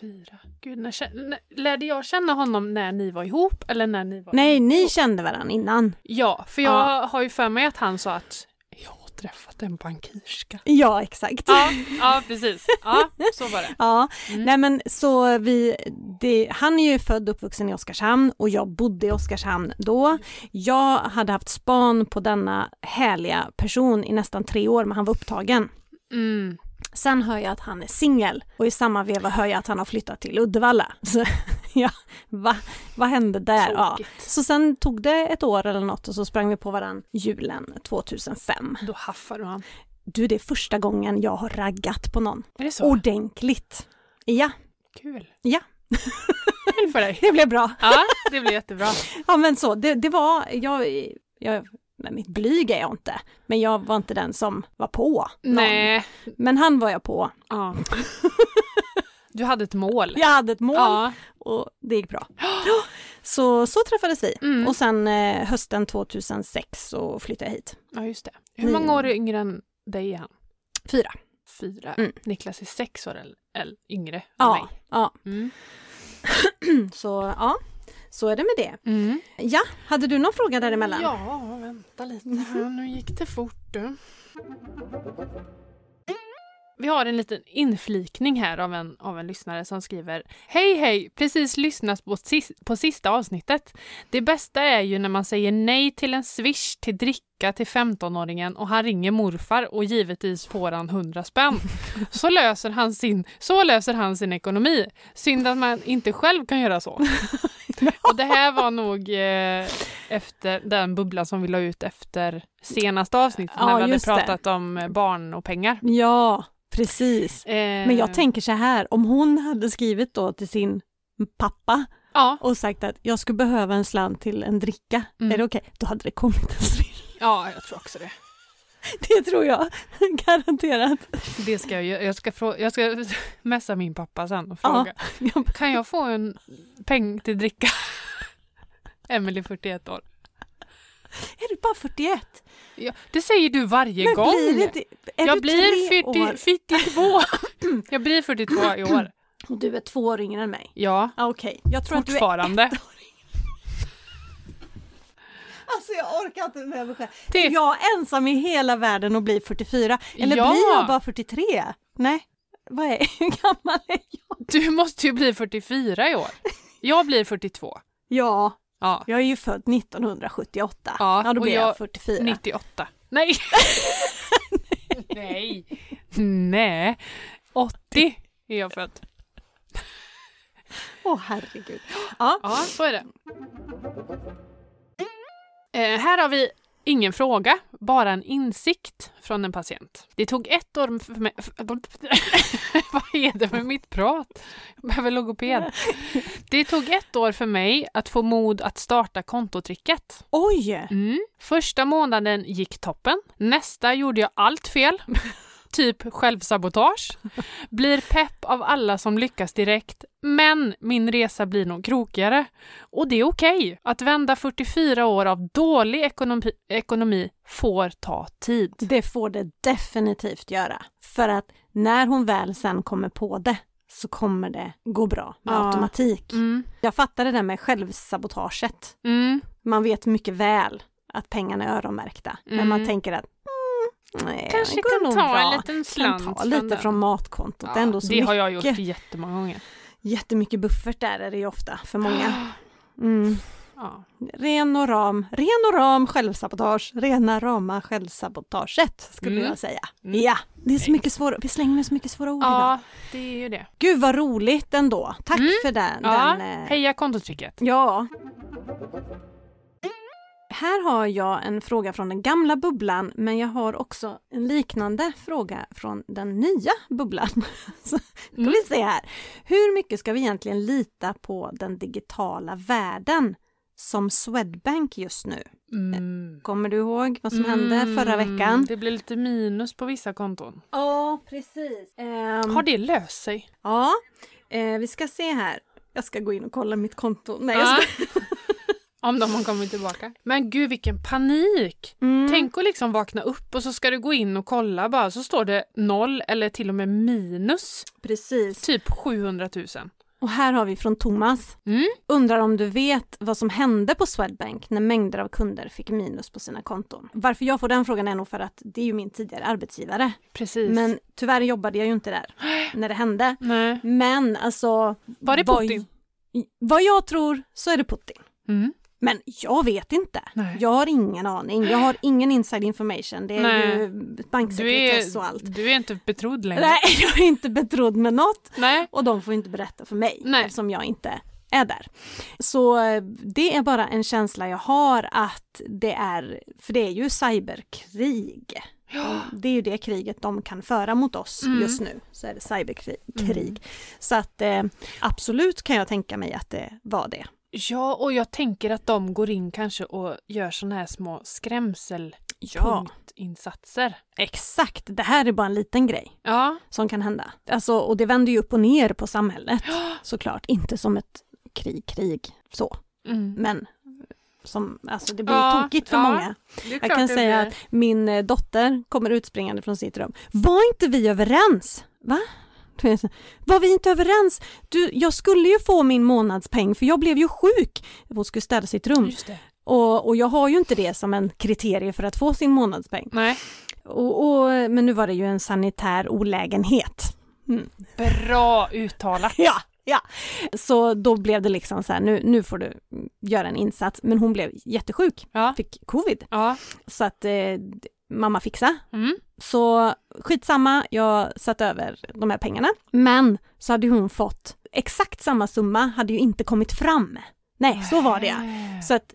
Fyra. Gud, när, kä- när, lärde jag känna honom när ni var ihop eller när ni var
Nej, ni kände varandra innan.
Ja, för jag
Ja.
har ju för mig att han sa att jag har träffat en bankirska.
Ja, exakt.
Ja, ja precis. Ja, så var det.
Ja,
Mm.
nej men så vi, det, han är ju född och uppvuxen i Oskarshamn och jag bodde i Oskarshamn då. Jag hade haft span på denna härliga person i nästan tre år men han var upptagen.
Mm.
Sen hör jag att han är singel och i samma veva hör jag att han har flyttat till Uddevalla. Så ja, va, vad hände där? Ja.
Tråkigt.
Så sen tog det ett år eller något och så sprang vi på varann julen 2005.
Då haffar du han.
Du, det är första gången jag har raggat på någon.
Är det så?
Ordentligt. Ja,
Kul.
Ja.
Kul för dig.
det blev bra.
Ja, det blir jättebra.
Ja men så, det, det var, jag, jag nej, mitt blyg är jag inte, men jag var inte den som var på någon.
Nej.
Men han var jag på.
Ja. Du hade ett mål.
Jag hade ett mål
Ja.
och det gick bra. Så, så träffades vi
Mm.
och sen eh, hösten 2006 så flyttade jag hit.
ja, just det. Hur många år är yngre än dig är han?
Fyra.
Fyra.
Mm.
Niklas är sex år eller, eller yngre än
Ja, ja. Mm,
mig. Mm.
Så, ja, så är det med det.
Mm.
Ja, hade du någon fråga däremellan?
Ja, vänta lite. här. Nu gick det fort du. Vi har en liten inflikning här av en, av en lyssnare som skriver Hej hej! Precis lyssnat på, sis- på sista avsnittet. Det bästa är ju när man säger nej till en swish till dricka till 15-åringen och han ringer morfar och givetvis får han 100 spänn. Så löser han sin, så löser han sin ekonomi. Synd att man inte själv kan göra så. Och det här var nog eh, efter den bubblan som vi la ut efter senaste avsnittet
Ja,
när vi hade
just det.
pratat om eh, barn och pengar.
Ja, precis. Men jag
Eh,
tänker så här, om hon hade skrivit då till sin pappa
Ja,
och sagt att jag skulle behöva en slant till en dricka,
Mm.
är det okej? Då hade det kommit en slant.
ja, jag tror också det.
Det tror jag, garanterat.
Det ska jag, göra. jag, ska, frå- jag ska messa min pappa sen och fråga.
Ja.
Kan jag få en peng till dricka? Emily 41 år.
Är du bara 41?
Ja, det säger du varje
Men
gång.
blir det inte, är
jag
du
blir
tre år
42. jag blir 42 i år.
och du är två år yngre än mig?
Ja,
Ah, Okej, jag tror att du är
fortfarande.
Alltså jag orkar inte med mig själv.
Det-
Är jag ensam i hela världen och blir 44? Eller
Ja.
blir jag bara 43? Nej, vad är, hur gammal är jag?
Du måste ju bli 44 i år. Jag blir 42.
Ja,
Ja,
jag är ju född 1978.
Ja,
Ja, då
och
blir jag,
jag-
44.
98. Nej! Nej. Nej. 80 är jag född.
Åh herregud. Ja.
Ja, så är det. Eh, här har vi ingen fråga, bara en insikt från en patient. Det tog ett år för mig... Vad är det med mitt prat? Jag behöver logoped. Det tog ett år för mig att få mod att starta kontotricket.
Oj!
Mm. Första månaden gick toppen. Nästa gjorde jag allt fel. typ självsabotage. Blir pepp av alla som lyckas direkt. Men min resa blir nog krokigare. Och det är okej. Att vända 44 år av dålig ekonomi, ekonomi får ta tid.
Det får det definitivt göra. För att när hon väl sen kommer på det så kommer det gå bra med
Ja.
automatik.
Mm.
Jag fattar det där med självsabotaget.
Mm.
man vet mycket väl att pengarna är öronmärkta. Men
Mm.
man tänker att mm, nej,
Kanske
det går
kan
nog
ta
bra.
en liten
Kan
slant.
ta
från
lite
den.
från matkontot.
Ja,
det är ändå så
det
mycket,
har jag gjort jättemånga gånger.
jättemycket buffert där är det ju ofta för många. Mm.
Ja.
Ren och ram, ren och ram självsabotage, rena rama självsabotaget skulle
Mm.
jag säga.
Mm.
Ja, det är så mycket svåra, vi slänger med så mycket svåra ord idag.
ja, det är ju det.
Gud vad roligt ändå, tack
Mm.
för den.
Ja.
den eh,
Heja kontotricket.
Ja. Här har jag en fråga från den gamla bubblan men jag har också en liknande fråga från den nya bubblan. Så ska
Mm.
vi se här. Hur mycket ska vi egentligen lita på den digitala världen som Swedbank just nu?
Mm.
Kommer du ihåg vad som
Mm,
hände förra veckan?
Det blev lite minus på vissa konton.
Ja, precis.
Har det löst sig?
Ja, eh, vi ska se här. Jag ska gå in och kolla mitt konto. Nej, jag ska...
Om de har kommit tillbaka. Men gud vilken panik!
Mm.
Tänk att liksom vakna upp och så ska du gå in och kolla bara så står det noll eller till och med minus
Precis.
typ 700 000.
Och här har vi från Thomas.
Mm.
Undrar om du vet vad som hände på Swedbank när mängder av kunder fick minus på sina konton? Varför jag får den frågan är nog för att det är ju min tidigare arbetsgivare.
Precis.
Men tyvärr jobbade jag ju inte där när det hände.
Nej.
Men alltså...
Var det
vad-
Putin?
Vad jag tror så är det Putin.
Mm.
Men jag vet inte.
Nej.
Jag har ingen aning. Jag har ingen inside information. Det är
Nej.
ju
Du,
banksekretess och allt.
är, du är inte betrodd längre.
Nej, jag är inte betrodd med något.
Nej.
Och de får inte berätta för mig
Nej.
eftersom jag inte är där. Så eh, det är bara en känsla jag har att det är, för det är ju cyberkrig. Det är ju det kriget de kan föra mot oss
Mm.
just nu, så är det cyberkrig.
Mm.
Så att eh, absolut kan jag tänka mig att det var det.
Ja, och jag tänker att de går in kanske och gör såna här små skrämselpunktinsatser.
Exakt, det här är bara en liten grej
Ja.
som kan hända. Alltså, och det vänder ju upp och ner på samhället såklart, inte som ett krig, krig så,
Mm.
men som, alltså det blir
Ja,
tokigt för
ja.
många.
Det är
Jag
klart
kan
det
säga
blir.
att min eh, dotter kommer utspringande från sitt rum. Var inte vi överens? Va? Då är jag så här, Var vi inte överens? Du, jag skulle ju få min månadspeng för jag blev ju sjuk. Hon skulle städa sitt rum
Just det.
och, och jag har ju inte det som en kriterie för att få sin månadspeng.
Nej.
Och, och, men nu var det ju en sanitär olägenhet.
Bra uttalat.
Ja, ja. Så då blev det liksom så här, nu, nu får du göra en insats. Men hon blev jättesjuk,
Ja.
fick covid.
Ja.
Så att eh, mamma fixa.
Mm.
Så skitsamma, jag satte över de här pengarna. Men så hade hon fått exakt samma summa, hade ju inte kommit fram. Nej, så var det ja.
Eh.
Så att,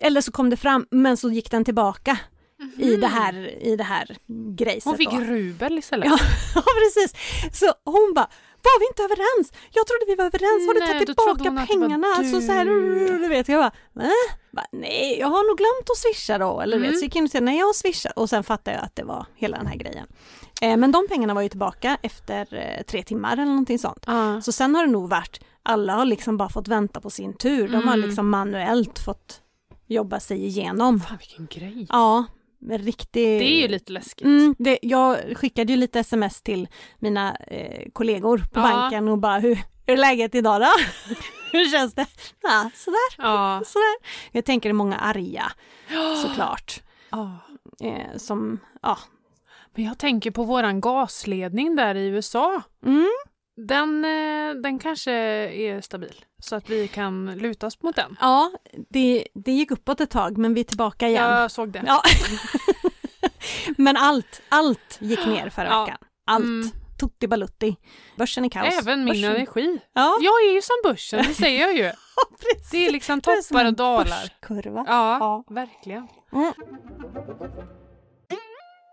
eller så kom det fram, men så gick den tillbaka i det här, i det här grejset.
Mm-hmm. Mm. Hon fick
då.
rubel istället.
Ja, ja, precis. Så hon bara, var vi inte överens? Jag trodde vi var överens, har du
Nej,
tagit
då trodde hon
tillbaka
att det var
pengarna? Alltså så här,
du.
du vet, jag bara, va? Bara, nej, jag har nog glömt att swisha då. Eller du vet,
Mm.
så gick jag in och sa, nej jag swishar. Och sen fattade jag att det var hela den här grejen. Eh, men de pengarna var ju tillbaka efter eh, tre timmar eller någonting sånt.
Ja.
Så sen har det nog varit, alla har liksom bara fått vänta på sin tur. De har
Mm.
liksom manuellt fått jobba sig igenom.
Fan vilken grej.
Ja, men riktigt.
Det är ju lite läskigt.
Mm, det, jag skickade ju lite sms till mina eh, kollegor på
Ja.
banken och bara hur hur är läget idag då? Hur känns det? Ja, sådär,
Ja.
sådär. Jag tänker det är många arga såklart.
Ja.
Eh, som, ja.
Men jag tänker på våran gasledning där i USA.
Mm.
Den, eh, den kanske är stabil så att vi kan luta oss mot den.
Ja, det, det gick uppåt ett tag men vi är tillbaka igen.
Jag såg det.
Ja. Men allt, allt gick ner förra
Ja.
veckan. Allt.
Mm.
Tutti balutti. Börsen är kaos.
Även min
Börsen-
energi.
Ja,
Jag är ju som börsen, det säger jag ju.
precis.
Det är liksom
Det är som
toppar och
en
dalar.
Börskurva.
Ja,
Ja.
verkligen.
Mm.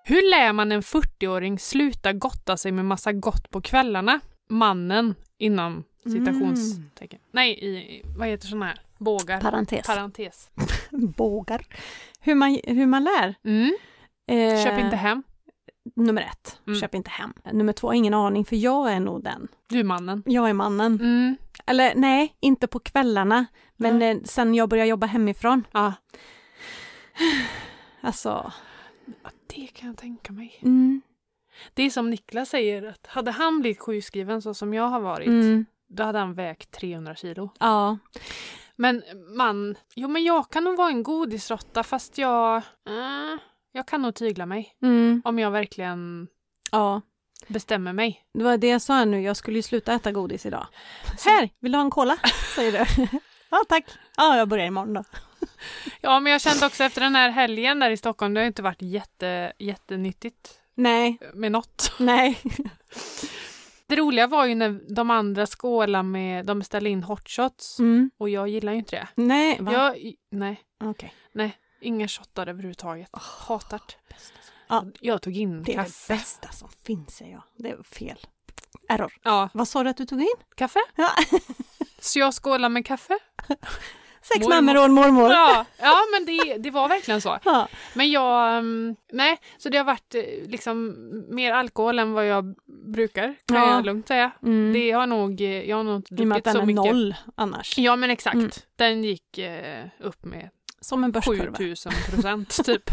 Hur lär man en 40-åring sluta gotta sig med massa gott på kvällarna? Mannen, inom citationstecken.
Mm.
Nej, i, vad heter sån här? Bågar.
Parentes.
Parentes.
bågar. Hur man, hur man lär.
Mm.
Eh,
Köp inte hem.
Nummer ett,
Mm.
köp inte hem. Nummer två, ingen aning för jag är nog den.
Du mannen.
Jag är mannen.
Mm.
Eller nej, inte på kvällarna. Men
Nej.
eh, sen jag började jobba hemifrån.
Ja.
Alltså,
Det kan jag tänka mig.
mm,
Det är som Niklas säger, att hade han blivit sjukskriven så som jag har varit,
mm,
då hade han vägt 300 kilo.
ja.
Men man, jo men jag kan nog vara en godisrotta fast jag, eh, jag kan nog tygla mig.
Mm,
Om jag verkligen
ja.
bestämmer mig.
Det var det jag sa nu, jag skulle ju sluta äta godis idag. Här, vill du ha en cola? Säger du. ja, tack. Ja, jag börjar imorgon då.
Ja men jag kände också efter den här helgen där i Stockholm, det har ju inte varit jätte, jättenyttigt
Nej,
med något.
nej.
Det roliga var ju när de andra skålade med, de beställde in hot shots
Mm,
och jag gillar ju inte det.
nej, va?
Jag, nej,
Okej.
inga shottar överhuvudtaget. Hatar det.
Ja.
Jag tog in
Det är det
kaffe.
bästa som finns, säger jag. Det är fel. Error.
Ja,
Vad sa du att du tog in?
kaffe.
Ja.
Så jag skålade med kaffe.
Sex
Mormor.
mammor och en mormor.
Ja, ja men det, det var verkligen så.
Ja.
Men jag, ehm, nej, så det har varit eh, liksom mer alkohol än vad jag brukar, kan
Ja.
jag lugnt säga.
Mm.
Det har nog, eh, jag har nog inte
I och med
druckit
att den
så
är
mycket.
noll annars.
Ja men exakt,
Mm.
den gick eh, upp med
Som en börskurva.
7000 procent typ.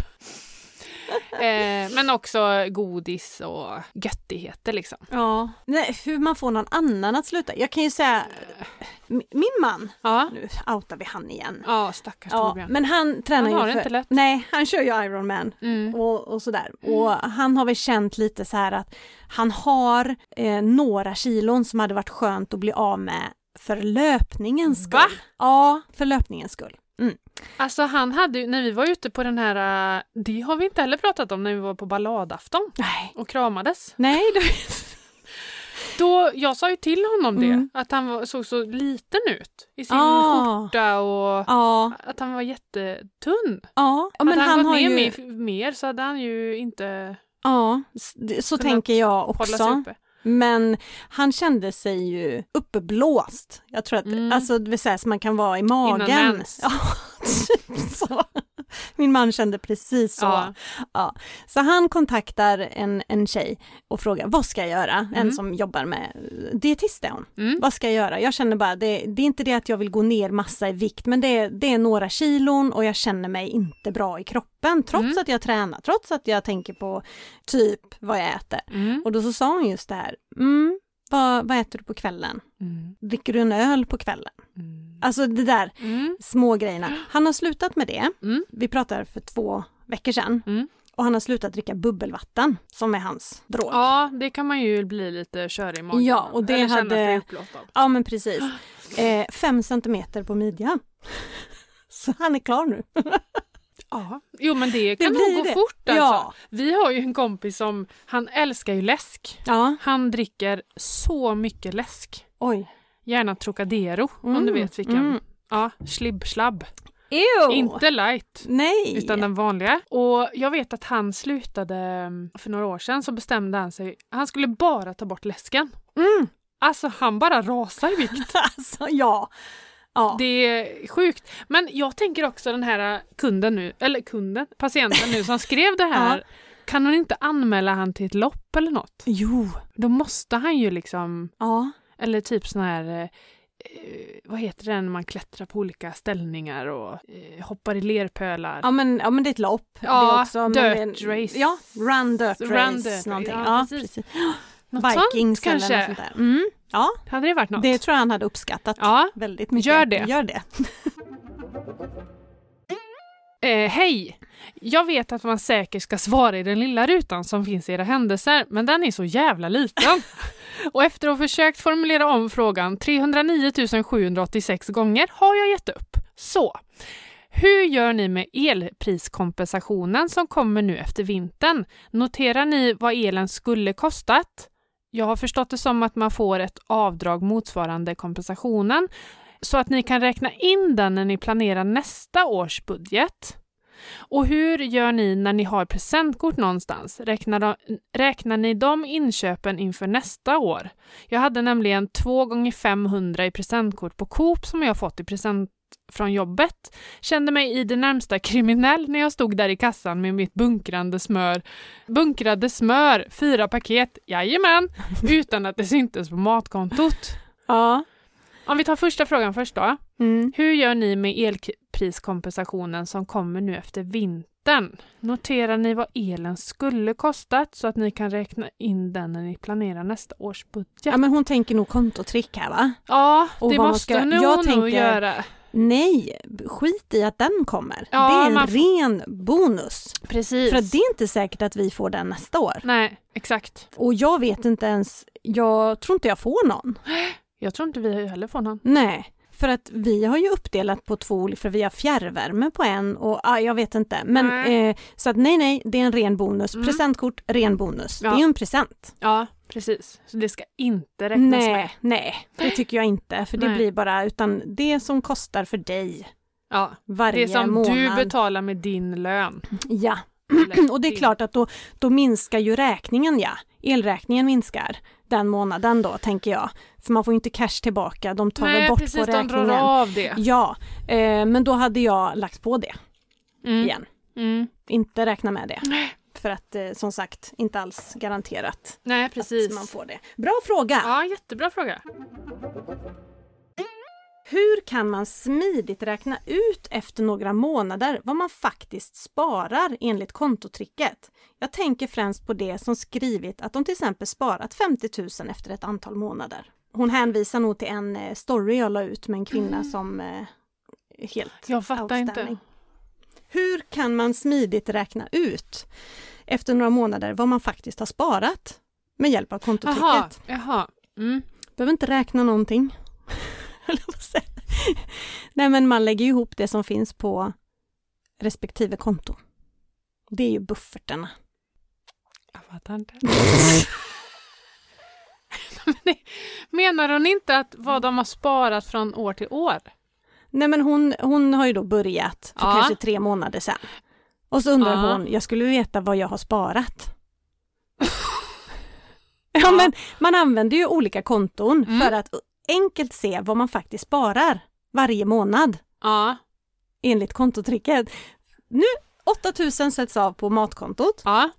eh, men också godis och göttigheter liksom.
Ja. Nej, hur man får någon annan att sluta. Jag kan ju säga, m- min man,
Eh, Ja,
nu outar vi han igen.
ja stackars
Ja,
Torbjörn.
men han tränar
Han har
ju
det
för...
inte lätt.
Nej, han kör ju Ironman
Mm.
och, och sådär. Och han har väl känt lite så här att han har eh, några kilon som hade varit skönt att bli av med för löpningens skull.
Va?
Ja, för löpningens skull.
Alltså han hade ju, när vi var ute på den här, eh, det har vi inte heller pratat om när vi var på balladafton
Nej.
och kramades.
Nej, du...
Då, jag sa ju till honom det,
Mm.
att han var, såg så liten ut i sin
Ah.
skjorta och
Ja,
att han var jättetunn.
ja. ja men
hade
han
Ah. han gått
har
ner
ju...
mer, mer så hade han ju inte
Ja, s- det- så
Kunnat
tänker jag
hållit sig
också.
uppe.
Men han kände sig ju uppblåst. Jag tror att,
Mm.
alltså det vill säga som man kan vara i
Innan
magen.
mens.
Ja, typ så. Min man kände precis så.
Ja.
Så han kontaktar en, en tjej och frågar vad ska jag göra?
Mm.
En som jobbar med dietist är hon.
Mm.
Vad ska jag göra? Jag känner bara, det, det är inte det att jag vill gå ner massa i vikt, men det, är- det är några kilon och jag känner mig inte bra i kroppen, trots
Mm.
att jag tränar, trots att jag tänker på typ vad jag äter.
Mm.
Och då så sa hon just det här, mm, vad, vad äter du på kvällen?
Mm.
Dricker du en öl på kvällen?
Mm.
Alltså det där
Mm.
små grejerna. Han har slutat med det.
Mm.
Vi pratade för två veckor sedan.
Mm.
Och han har slutat dricka bubbelvatten som är hans drog.
Ja, det kan man ju bli lite körig i magen
Ja,
av,
och det
eller känna
hade-
sig uppblåst av.
Ja men precis. Eh, fem centimeter på midjan. Så han är klar nu.
Ja. Jo men det kan
blir
nog gå
det.
fort alltså.
Ja.
Vi har ju en kompis som, han älskar ju läsk.
Ja,
Han dricker så mycket läsk.
oj.
Gärna Trocadero om
Mm,
du vet vilken.
mm.
Ja, slibb-slabb.
Ew.
Inte light.
Nej.
Utan den vanliga. Och jag vet att han slutade mm, för några år sedan så bestämde han sig, han skulle bara ta bort läsken.
Mm.
Alltså han bara rasar i vikt.
Alltså ja. Ja.
Det är sjukt. Men jag tänker också den här äh, kunden nu, eller kunden, patienten nu som skrev det här. Kan hon inte anmäla han till ett lopp eller något?
Jo.
Då måste han ju liksom,
Ja.
eller typ sån här, eh, eh, vad heter det när man klättrar på olika ställningar och eh, hoppar i lerpölar.
Ja men, ja men det är ett lopp.
Ja,
det är också, men
dirt
det,
race.
Ja, run dirt
Run
race.
dirt race,
någonting.
ja,
Ja,
precis.
precis.
något
Vikings
sånt kanske.
eller något sånt där. Mm. Ja,
Hade det varit något?
det tror jag han hade uppskattat
Ja.
väldigt mycket.
Gör det.
Gör det.
Eh, Hej! Jag vet att man säkert ska svara i den lilla rutan som finns i era händelser, men den är så jävla liten. Och efter att ha försökt formulera om frågan 309 786 gånger har jag gett upp. Så, hur gör ni med elpriskompensationen som kommer nu efter vintern? Noterar ni vad elen skulle kostat? Jag har förstått det som att man får ett avdrag motsvarande kompensationen så att ni kan räkna in den när ni planerar nästa års budget. Och hur gör ni när ni har presentkort någonstans? Räknar, de, räknar ni de inköpen inför nästa år? Jag hade nämligen 2 gånger 500 i presentkort på Coop som jag fått i present från jobbet. Kände mig i det närmsta kriminell när jag stod där i kassan med mitt bunkrande smör. Bunkrade smör, fyra paket, jajamän, utan att det syntes på matkontot.
Ja.
Om vi tar första frågan först då.
Mm.
Hur gör ni med elpriskompensationen som kommer nu efter vintern? Noterar ni vad elen skulle kostat så att ni kan räkna in den när ni planerar nästa års budget?
ja,
Ja,
men hon tänker nog kontotrick här va? Och
det
vad man
måste
ska-
hon
jag
nog
tänker-
göra.
Nej, skit i att den kommer.
Ja,
det är en
man får-
ren bonus.
Precis.
För att det är inte säkert att vi får den nästa år.
Nej, exakt.
Och jag vet inte ens, jag tror inte jag får någon.
Jag tror inte vi heller får någon.
Nej, för att vi har ju uppdelat på två olika, för vi har fjärrvärme på en och ah, jag vet inte. Men
Nej.
eh, så att nej, nej, det är en ren bonus.
Mm.
Presentkort, ren bonus.
Ja.
Det är ju en present.
Ja, precis. Så det ska inte räknas med.
Nej, nej, det tycker jag inte. För det
Nej.
blir bara, utan det som kostar för dig
Ja, det
varje
är som
månad.
du betalar med din lön.
Ja,
Eller
och det är
din-
klart att då, då minskar ju räkningen, ja. Elräkningen minskar den månaden då, tänker jag. För man får ju inte cash tillbaka, de tar väl
Nej,
bort
precis.
på
De
räkningen.
drar av det.
Ja, eh, men då hade jag lagt på det
Mm.
igen.
Mm.
Inte räkna med det. För att eh, som sagt, inte alls garanterat
Nej,
att man
precis.
får det. Bra fråga!
Ja, jättebra fråga.
Hur kan man smidigt räkna ut efter några månader vad man faktiskt sparar enligt kontotricket? Jag tänker främst på det som skrivit att de till exempel sparat 50 000 efter ett antal månader. Hon hänvisar nog till en eh, story jag la ut med en kvinna som eh, är helt
Mm. Jag fattar inte.
outstanding. Hur kan man smidigt räkna ut efter några månader vad man faktiskt har sparat med hjälp av kontotricket?
Jaha, jaha. Mm.
behöver inte räkna någonting. Höll jag på att säga. Nej men man lägger ju ihop det som finns på respektive konto. Det är ju buffertarna.
Jag fattar inte. Menar hon inte att vad de har sparat från år till år?
Nej men hon, hon har ju då börjat för
Ja.
kanske tre månader sedan. Och så undrar
Ja.
hon, jag skulle veta vad jag har sparat.
Ja.
ja men man använder ju olika konton
Mm.
för att enkelt se vad man faktiskt sparar varje månad
Ja.
enligt kontotricket. Nu 8000 sätts av på matkontot.
Ja.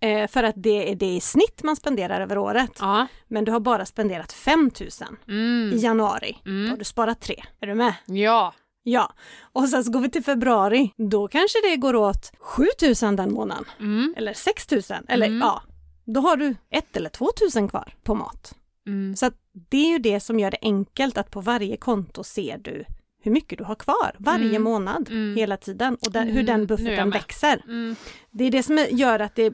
Eh, för att det är det i snitt man spenderar över året.
Ja.
Men du har bara spenderat 5 000 i
Mm.
januari. Då har
Mm.
du sparat 3. Är du med?
Ja.
Ja. Och sen så går vi till februari. Då kanske det går åt 7 000 den månaden.
Mm.
Eller 6 000. Eller
Mm.
ja, då har du 1 eller 2 000 kvar på mat.
Mm.
Så att det är ju det som gör det enkelt att på varje konto ser du hur mycket du har kvar varje
Mm.
månad
Mm.
hela tiden och där, hur
Mm, nu
den
är jag
bufferten
med.
växer.
Mm.
Det är det som gör att, det,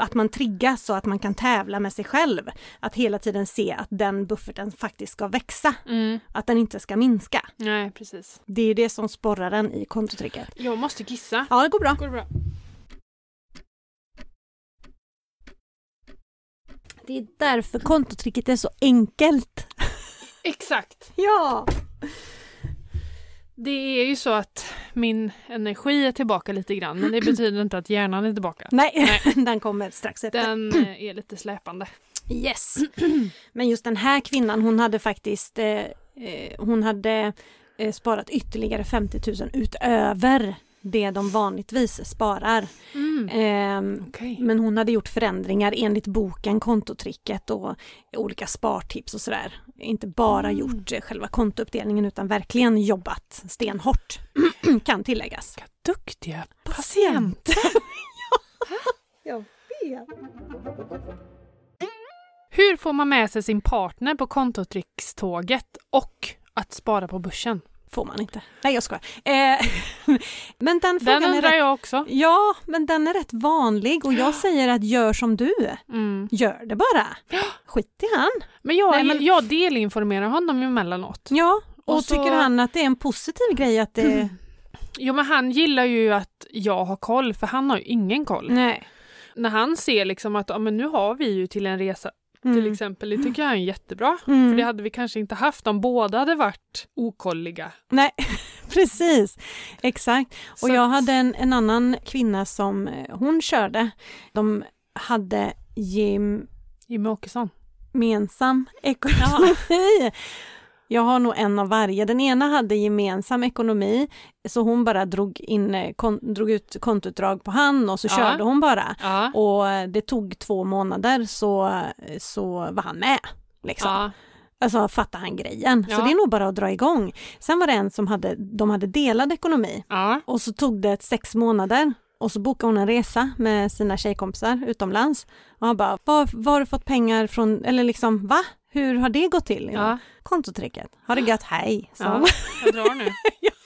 att man triggas så att man kan tävla med sig själv. Att hela tiden se att den bufferten faktiskt ska växa,
Mm.
att den inte ska minska.
Nej, precis.
Det är ju det som sporrar den i kontotricket.
Jag måste kissa.
Ja, det går bra.
Går det bra?
Det är därför kontotricket är så enkelt.
Exakt.
Ja!
Det är ju så att min energi är tillbaka lite grann, men det betyder inte att hjärnan är tillbaka.
Nej, den kommer strax efter.
Den eh, är lite släpande.
Yes. Men just den här kvinnan, hon hade faktiskt eh, eh, hon hade eh, sparat ytterligare 50 000 utöver det de vanligtvis sparar.
Mm.
Ehm,
Okej.
men hon hade gjort förändringar enligt boken Kontotricket och olika spartips och sådär. Inte bara
Mm.
gjort eh, själva kontouppdelningen utan verkligen jobbat stenhårt, kan tilläggas.
Vilka duktiga patienter!
Jag vet.
Hur får man med sig sin partner på kontotrickståget och att spara på börsen?
Får man inte. Nej, jag skojar. Eh, men den
Den
frågan är
undrar
rätt
jag också.
Ja, men den är rätt vanlig och jag säger att gör som du.
Mm.
Gör det bara. Skit i han.
Men, jag,
Nej, men-
jag delinformerar honom emellanåt.
Ja, och,
Och så- Mm.
tycker han att det är en positiv grej att det...
Jo men han gillar ju att jag har koll för han har ju ingen koll.
Nej.
När han ser liksom att ja, men nu har vi ju till en resa
Mm.
till exempel, det tycker han är jättebra.
Mm.
För det hade vi kanske inte haft om båda hade varit okolliga.
Nej, precis. Exakt.
Så
Och jag
att-
hade en, en annan kvinna som eh, hon körde. De hade
Jimmy Åkesson.
gemensam ekonomi. Jag har nog en av varje. Den ena hade gemensam ekonomi, så hon bara drog, in, eh, kon, drog ut kontoutdrag på han och så
Ja.
körde hon bara.
Ja.
Och eh, det tog två månader så, eh, så var han med. Liksom.
Ja.
Alltså fattade han grejen. Så
Ja.
det är nog bara att dra igång. Sen var det en som hade, de hade delad ekonomi
Ja.
och så tog det sex månader och så bokade hon en resa med sina tjejkompisar utomlands. Och han bara, var, var har du fått pengar från, eller liksom va? Hur har det gått till?
Ja.
Kontotricket. Har det gött, hej. Så.
ja. Jag drar nu.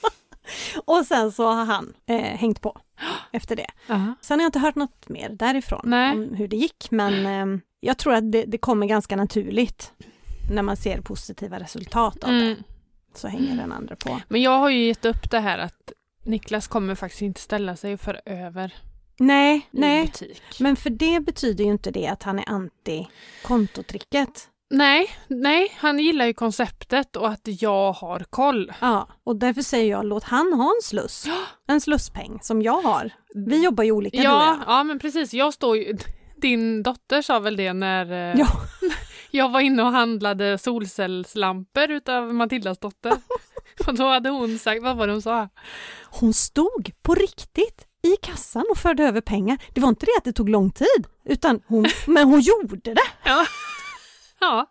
Och sen så har han eh, hängt på efter det.
Ja.
Sen har jag inte hört något mer därifrån
Nej.
om hur det gick, men ehm, jag tror att det, det kommer ganska naturligt när man ser positiva resultat av det,
Mm.
så hänger den andra på.
Men jag har ju gett upp det här att Niklas kommer faktiskt inte ställa sig för över
Nej,
i
nej.
butik.
Men för det betyder ju inte det att han är anti kontotricket.
Nej, nej, han gillar ju konceptet och att jag har koll.
Ja, och därför säger jag låt han ha en sluss. En slusspeng som jag har. Vi jobbar ju olika du och
Ja,
jag.
ja, men precis. Jag står ju... Din dotter sa väl det när eh,
Ja.
jag var inne och handlade solcellslampor utav Matildas dotter. och då hade hon sagt, vad var det hon sa?
Hon stod på riktigt i kassan och förde över pengar. Det var inte det att det tog lång tid, utan hon, men hon gjorde det.
Ja,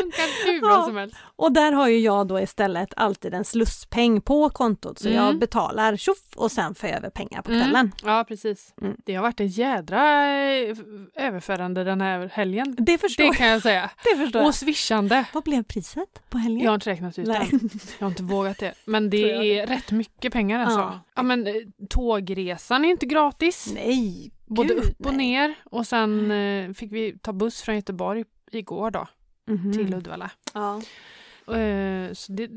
funkar hur bra
Ja.
som helst.
Och där har ju jag då istället alltid en slusspeng på kontot så jag
Mm.
betalar tjoff och sen får jag över pengar på
Mm.
kvällen.
Ja, precis.
Mm.
Det har varit ett jädra eh, överförande den här helgen.
Det förstår
Det
jag.
kan jag säga.
Det förstår jag.
Och swishande.
Vad blev priset på helgen?
Jag har inte räknat ut det.
Nej.
än. Jag har inte vågat det. Men
Tror jag
det är rätt mycket pengar alltså.
Ja.
Ja. men eh, tågresan är ju inte gratis.
Nej,
Både
gud,
upp och
nej. Mm.
ner. Och sen eh, fick vi ta buss från Göteborg igår då
Mhm.
till Uddevalla.
Ja.
Eh, så det,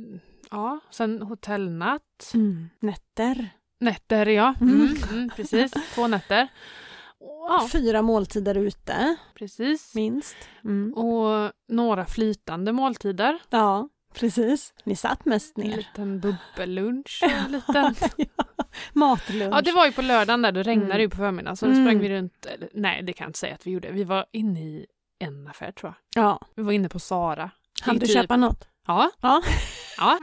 ja, sen hotellnatt.
Mm. Nätter.
Nätter ja. Mm,
Mm.
mm, precis, två nätter. Och, ja,
Fyra måltider ute,
precis.
minst. Mm.
Och några flytande måltider.
Ja, precis. Ni satt mest
En
ner.
liten bubbellunch. och en Liten.
Matlunch.
Ja, det var ju på lördagen där, då regnade det
Mm.
ju på förmiddagen. Så då
Mm.
sprang vi runt, eller, nej det kan jag inte säga att vi gjorde. Vi var inne i en affär tror jag.
ja.
Vi var inne på Sara.
Hann
I
du
typ-
köpa något?
Ja.
Ja.
ja.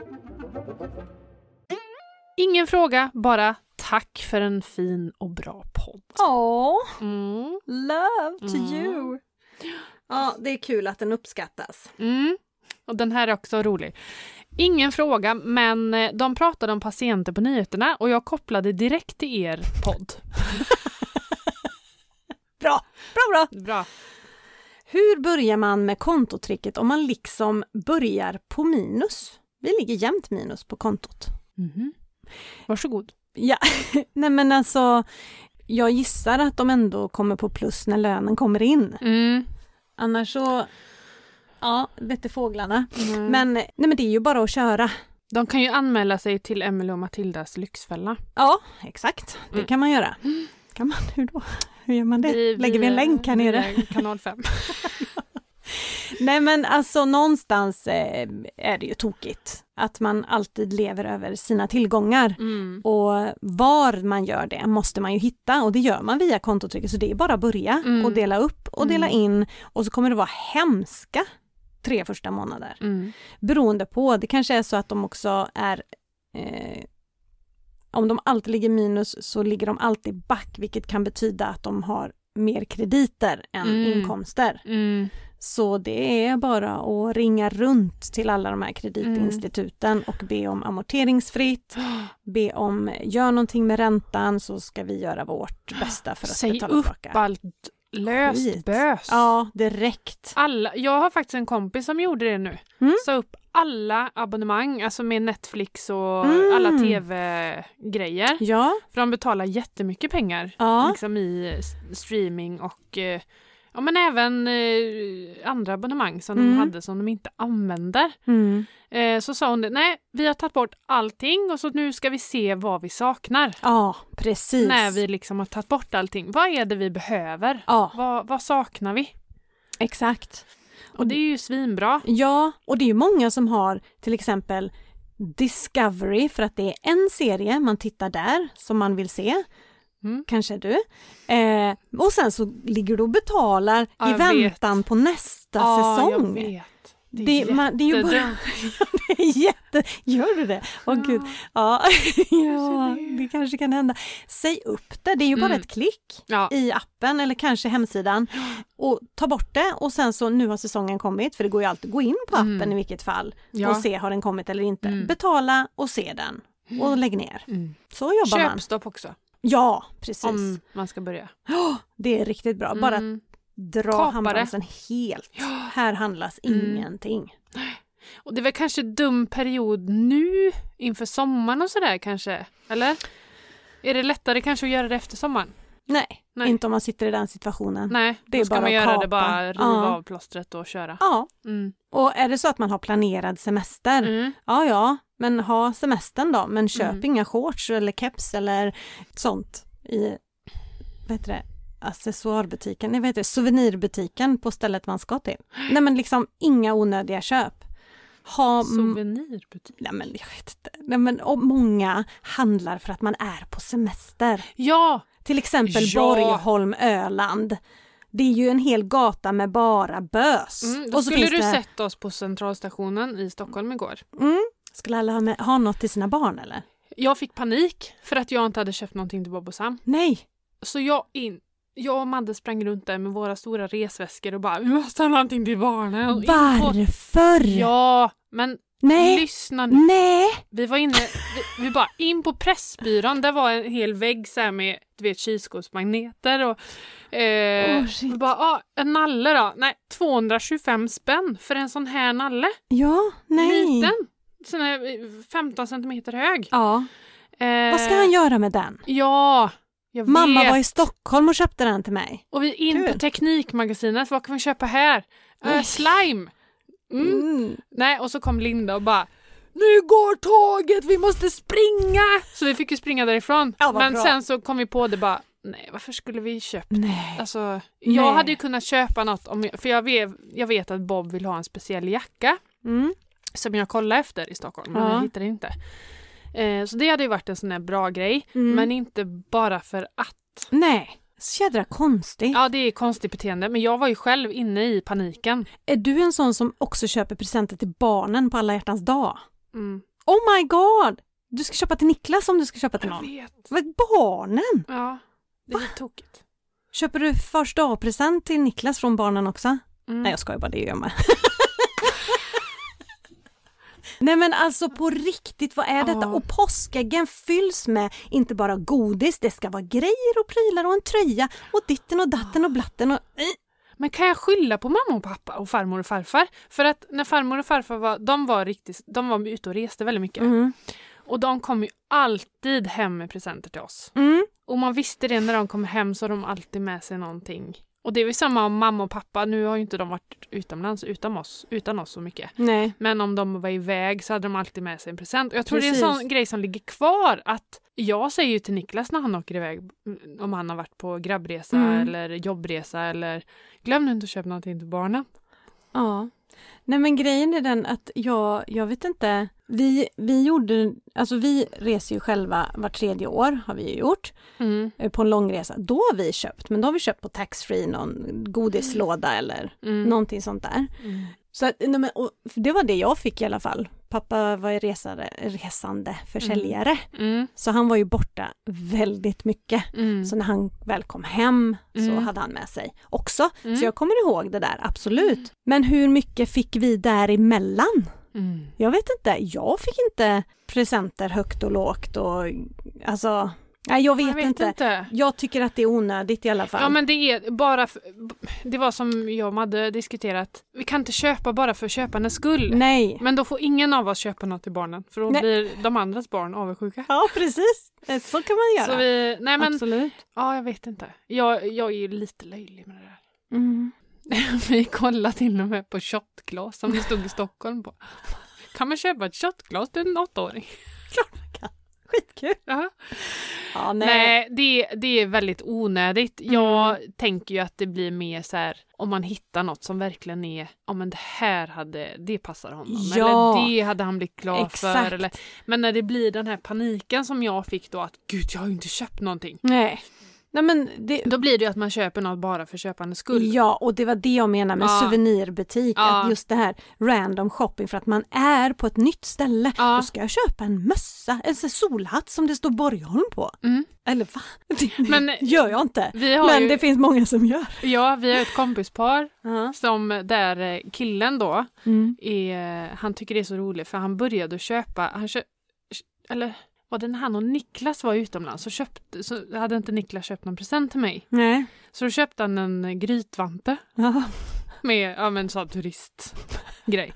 Ingen fråga, bara tack för en fin och bra podd.
Ja,
Mm.
love
to you.
Ja, det är kul att den uppskattas.
Mm. Och den här är också rolig. Ingen fråga, men eh, de pratade om patienter på nyheterna och jag kopplade direkt till er podd.
Bra, bra, bra.
Bra.
Hur börjar man med kontotricket om man liksom börjar på minus? Vi ligger jämnt minus på kontot.
Mhm. Varsågod.
Ja, nej men alltså, jag gissar att de ändå kommer på plus när lönen kommer in.
Mm.
Annars så, ja, vette fåglarna.
Mm.
Men, nej men det är ju bara att köra.
De kan ju anmäla sig till Emelie och Matildas Lyxfälla.
Ja, exakt. Det
Mm.
kan man göra. Kan man? Hur då? Hur gör man det?
Vi-
Lägger vi en länk här nere?
via Kanal 5.
Nej men alltså någonstans eh, är det ju tokigt att man alltid lever över sina tillgångar.
Mm.
Och var man gör det måste man ju hitta och det gör man via kontotricket så det är bara att börja
Mm.
och dela upp och dela
Mm.
in och så kommer det vara hemska tre första månader.
Mm.
Beroende på, det kanske är så att de också är eh, om de alltid ligger minus så ligger de alltid back vilket kan betyda att de har mer krediter än
Mm.
inkomster.
Mm.
Så det är bara att ringa runt till alla de
Mm.
här kreditinstituten och be om amorteringsfritt, be om gör någonting med räntan så ska vi göra vårt bästa för att
Säg
betala
upp
tillbaka.
Allt löst
Skit.
bös.
Ja, direkt.
Alla, jag har faktiskt en kompis som gjorde det nu.
Mm.
Sa upp alla abonnemang, alltså med Netflix och
Mm.
alla tv-grejer.
Ja,
För de betalar jättemycket pengar
ja,
liksom i s- streaming och eh, ja, men även eh, andra abonnemang som de
Mm.
hade som de inte använder.
mm.
Eh, så sa hon det, nej vi har tagit bort allting och så nu ska vi se vad vi saknar.
ja, precis.
När vi liksom har tagit bort allting. Vad är det vi behöver?
Ja,
Vad, vad saknar vi?
exakt.
Och det är ju svinbra.
Ja, och det är ju många som har till exempel Discovery för att det är en serie man tittar där som man vill se.
Mm.
Kanske du. Eh, och sen så ligger du och betalar
Ja,
i
jag vet.
väntan på nästa
jag
säsong.
vet. Det är,
Det,
jättedumt.
man, det är ju bara jätte... Gör du det? Åh gud. Ja. ja, det kanske kan hända. Säg upp det, det är ju bara
Mm.
ett klick
Ja.
i appen eller kanske hemsidan och ta bort det och sen så nu har säsongen kommit för det går ju alltid att gå in på appen
Mm.
i vilket fall och
Ja.
se har den kommit eller inte.
Mm.
Betala och se den och lägg ner.
Mm.
Så jobbar man.
Köpstopp också,
Ja, precis.
om man ska börja.
Det är riktigt bra. Bara
Mm. Kapa
dra
det.
handbromsen helt. Här handlas
Mm.
ingenting.
Och det är väl kanske dum period nu inför sommaren och sådär kanske? Eller? Är det lättare kanske att göra det efter sommaren?
Nej,
Nej.
inte om man sitter i den situationen.
Nej,
Det
då
är
ska
bara
man
att
göra
kapa.
det bara, riva
Ja.
av plåstret och köra.
Ja,
Mm.
och är det så att man har planerad semester,
Mm.
ja ja, men ha semestern då, men köp
Mm.
inga shorts eller keps eller sånt i, vad heter det, accessoarbutiken, nej vad heter det, souvenirbutiken på stället man ska till. Nej men liksom inga onödiga köp. Ha,
mm.
m-
Souvenirbutik.
nej men jag vet inte, nej men och många handlar för att man är på semester.
Ja!
Till exempel
Ja.
Borgholm, Öland. Det är ju en hel gata med bara bös.
Mm, då
Och så
skulle
finns
du
det-
sett oss på centralstationen i Stockholm igår.
Mm. Skulle alla ha, med, ha något till sina barn eller?
Jag fick panik för att jag inte hade köpt någonting till Bob och Sam.
Nej!
Så jag, in, jag och Madde sprang runt där med våra stora resväskor och bara vi måste ha någonting till barnen. Och in på-
Varför?
Ja, men
nej!
lyssna nu.
Nej!
Vi var inne, vi, vi bara in på Pressbyrån, där var en hel vägg så här med du vet kylskåpsmagneter och... Eh,
Åh, Oh, shit.
vi bara, ah, en nalle då? Nej, 225 spänn för en sån här nalle.
Ja, nej.
Liten. Sån här eh, 15 centimeter hög.
Ja.
Eh,
Vad ska han göra med den?
Ja, jag
Mamma
vet.
var i Stockholm och köpte den till mig.
Och vi är in
Kul.
på Teknikmagasinet, vad kan vi köpa här? Eh,
Nej.
slime! Mm.
Mm.
Nej, och så kom Linda och bara Nu går tåget, vi måste springa! Så vi fick ju springa därifrån.
Ja, vad
Men
bra.
sen så kom vi på det bara Nej, varför skulle vi köpa?
Nej.
Alltså, jag
Nej.
hade ju kunnat köpa något om jag, för jag vet, jag vet att Bob vill ha en speciell jacka
Mm.
som jag kollade efter i Stockholm, men
Ja.
jag hittade inte. Eh, så det hade ju varit en sån här bra grej,
Mm.
men inte bara för att.
Nej. Så jädra konstigt.
Ja, det är konstigt beteende, men jag var ju själv inne i paniken.
Är du en sån som också köper presenter till barnen på alla hjärtans dag?
Mm.
Oh my god! Du ska köpa till Niklas om du ska köpa till
Jag
någon.
vet.
Vad barnen?
Ja, det är tokigt.
Köper du första A-present till Niklas från barnen också?
Mm.
Nej jag skojar bara, det gör jag med. Nej men alltså på riktigt, vad är detta?
Ja.
Och påskäggen fylls med inte bara godis, det ska vara grejer och prylar och en tröja och ditten och datten och blatten och...
Men kan jag skylla på mamma och pappa och farmor och farfar? För att när farmor och farfar var, de var, riktigt, de var ute och reste väldigt mycket.
Mm.
Och de kom ju alltid hem med presenter till oss.
Mm.
Och man visste det när de kom hem så har de alltid med sig någonting. Och det är väl samma om mamma och pappa, nu har ju inte de varit utomlands utan oss, utan oss så mycket.
Nej.
Men om de var iväg så hade de alltid med sig en present. Och jag tror det är en
Precis.
sån grej som ligger kvar att jag säger ju till Niklas när han åker iväg mm, om han har varit på grabbresa
Mm.
eller jobbresa eller glöm nu inte att köpa någonting till barnen.
Ja. Nej men grejen är den att jag, jag vet inte, vi, vi gjorde, alltså vi reser ju själva var tredje år har vi ju gjort,
Mm,
eh, på en långresa. Då har vi köpt, men då har vi köpt på taxfree någon godislåda eller
mm,
någonting sånt där.
mm.
Så att, nej, men, och, för det var det jag fick i alla fall. Pappa var ju resare, resande försäljare,
Mm,
så han var ju borta väldigt mycket.
mm,
Så när han väl kom hem så
Mm.
hade han med sig också.
Mm.
Så jag kommer ihåg det där, absolut. Men hur mycket fick vi däremellan?
mm.
Jag vet inte, jag fick inte presenter högt och lågt och alltså, nej jag vet,
Jag vet
inte.
inte.
Jag tycker att det är onödigt i alla fall.
Ja men det är bara, för, det var som jag och Madde diskuterat, vi kan inte köpa bara för köpandets skull.
Nej.
Men då får ingen av oss köpa något till barnen för då
Nej.
blir de andras barn avundsjuka.
Ja, precis. Eh, Så kan man
Så
göra.
vi, nej men
Absolut.
Ja, jag vet inte. Jag, jag är ju lite löjlig med det där.
Mm.
Vi kollade till och med på shotglas som det stod i Stockholm på. Kan man köpa ett shotglas till en åttaåring?
Skitkul.
Ja.
Ja, nej.
Nej, det, det är väldigt onödigt. Jag tänker ju att det blir mer så här om man hittar något som verkligen är, ja men det här hade, det passar honom.
Ja.
Eller det hade han blivit glad
Exakt.
för. Eller, men när det blir den här paniken som jag fick då att gud, jag har ju inte köpt någonting.
Nej. Nej men det,
Då blir det ju att man köper något bara för köpandets skull.
ja och det var det jag menade med
Ja.
souvenirbutik,
Ja.
att just det här random shopping för att man är på ett nytt ställe.
Ja.
Då ska jag köpa en mössa, en sån här solhatt som det står Borgholm på.
Mm.
Eller va? Det
Men-
gör jag inte.
Vi har
Men
ju...
det finns många som gör.
Ja, vi har ett kompispar
Ja.
som där eh, killen då,
Mm.
är, eh, han tycker det är så roligt för han började att köpa, han kö, eller var det när han och Niklas var utomlands så, köpte, så hade inte Niklas köpt någon present till mig.
Nej.
Så då köpte han en eh, grytvante
Ja.
med, ja men sån turistgrej.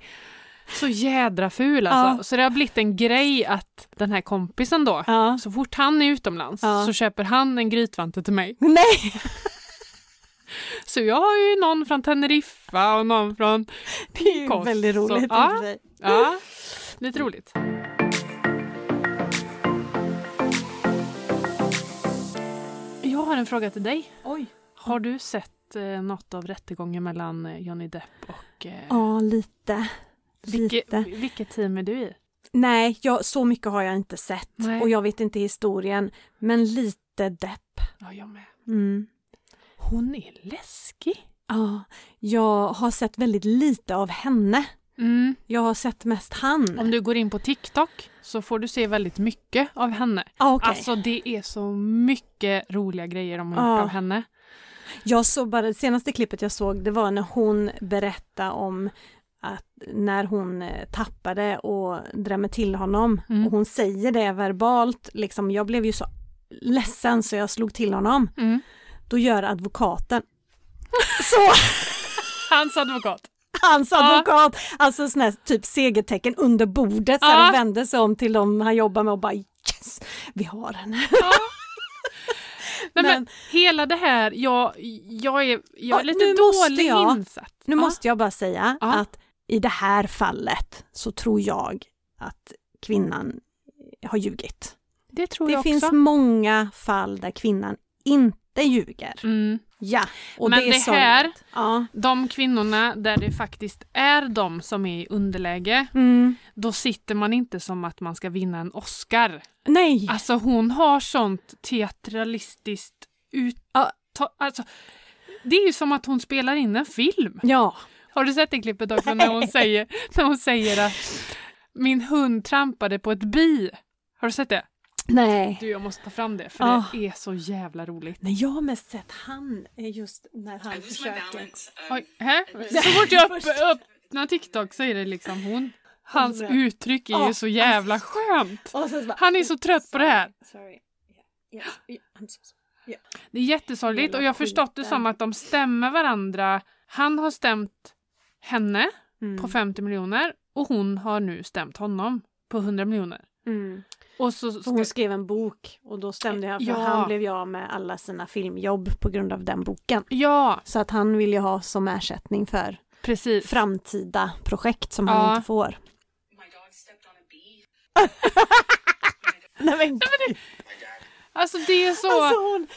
Så jädra ful alltså.
Ja.
Så det har blivit en grej att den här kompisen då,
ja.
så fort han är utomlands
Ja.
så köper han en grytvante till mig.
Nej!
Så jag har ju någon från Teneriffa och någon från
Det är ju
Kost
väldigt
och-
roligt. i och
ja.
för sig.
Ja, lite roligt. Jag har en fråga till dig.
Oj.
Har du sett eh, något av rättegången mellan eh, Johnny Depp och... Eh,
Ja, lite.
vilke,
lite.
vilket team är du i?
Nej, jag, så mycket har jag inte sett.
Nej.
Och jag vet inte historien, men lite depp.
Ja, jag med.
Mm.
Hon är läskig.
Ja, jag har sett väldigt lite av henne.
Mm.
Jag har sett mest han.
Om du går in på TikTok så får du se väldigt mycket av henne.
Ja, okej.
Alltså det är så mycket roliga grejer de har
Ja.
gjort av henne.
Jag såg bara, det senaste klippet jag såg det var när hon berättade om att när hon eh, tappade och drämmer till honom
Mm.
och hon säger det verbalt, liksom jag blev ju så ledsen så jag slog till honom.
Mm.
Då gör advokaten så,
Hans advokat.
hans
Ja.
advokat, alltså sån här typ segertecken under bordet, så
Ja.
här, och vänder sig om till dem han jobbar med och bara yes, vi har henne.
Nej, men,
Men-
hela det här, jag, jag är, jag är
Ja,
lite
nu måste
dålig
jag-
insatt.
Nu
Ja.
måste jag bara säga
Ja.
att i det här fallet så tror jag att kvinnan har ljugit.
det tror
Det
jag
finns
också.
många fall där kvinnan inte ljuger.
Mm.
Ja, och
Men
det är
det här-
sorgligt. Ja.
De kvinnorna där det faktiskt är de som är i underläge,
Mm.
då sitter man inte som att man ska vinna en Oscar.
Nej,
Alltså hon har sånt teatralistiskt ut...
Ja.
ta- Alltså, det är ju som att hon spelar in en film.
ja.
Har du sett det klippet också när hon säger, när hon säger att min hund trampade på ett bi? Har du sett det?
Nej.
Du, jag måste ta fram det för
Ah.
det är så jävla roligt.
Nej, jag har mest sett han är just när han försöker.
Oj, hä? Så
eh,
fort jag upp, öppnar TikTok så är det liksom hon. Hans
Hon är-
uttryck är
Ah,
ju så jävla skönt.
Och sen så bara,
Han är så trött på det här.
Sorry. Yeah. Yeah. I'm so sorry. Ja.
Det är jättesorgligt
Hela
och jag har förstått det
skiten.
som att de stämmer varandra. Han har stämt henne
Mm.
på 50 miljoner och hon har nu stämt honom på 100 miljoner.
Mm.
Och så ska...
För hon skrev en bok och då stämde jag för
Ja.
han blev ju av med alla sina filmjobb på grund av den boken.
Ja,
Så att han vill ju ha som ersättning för
precis.
framtida projekt som
Ja.
han inte får.
My dog stepped on a bee.
Nej men
Alltså det är så...
alltså hon...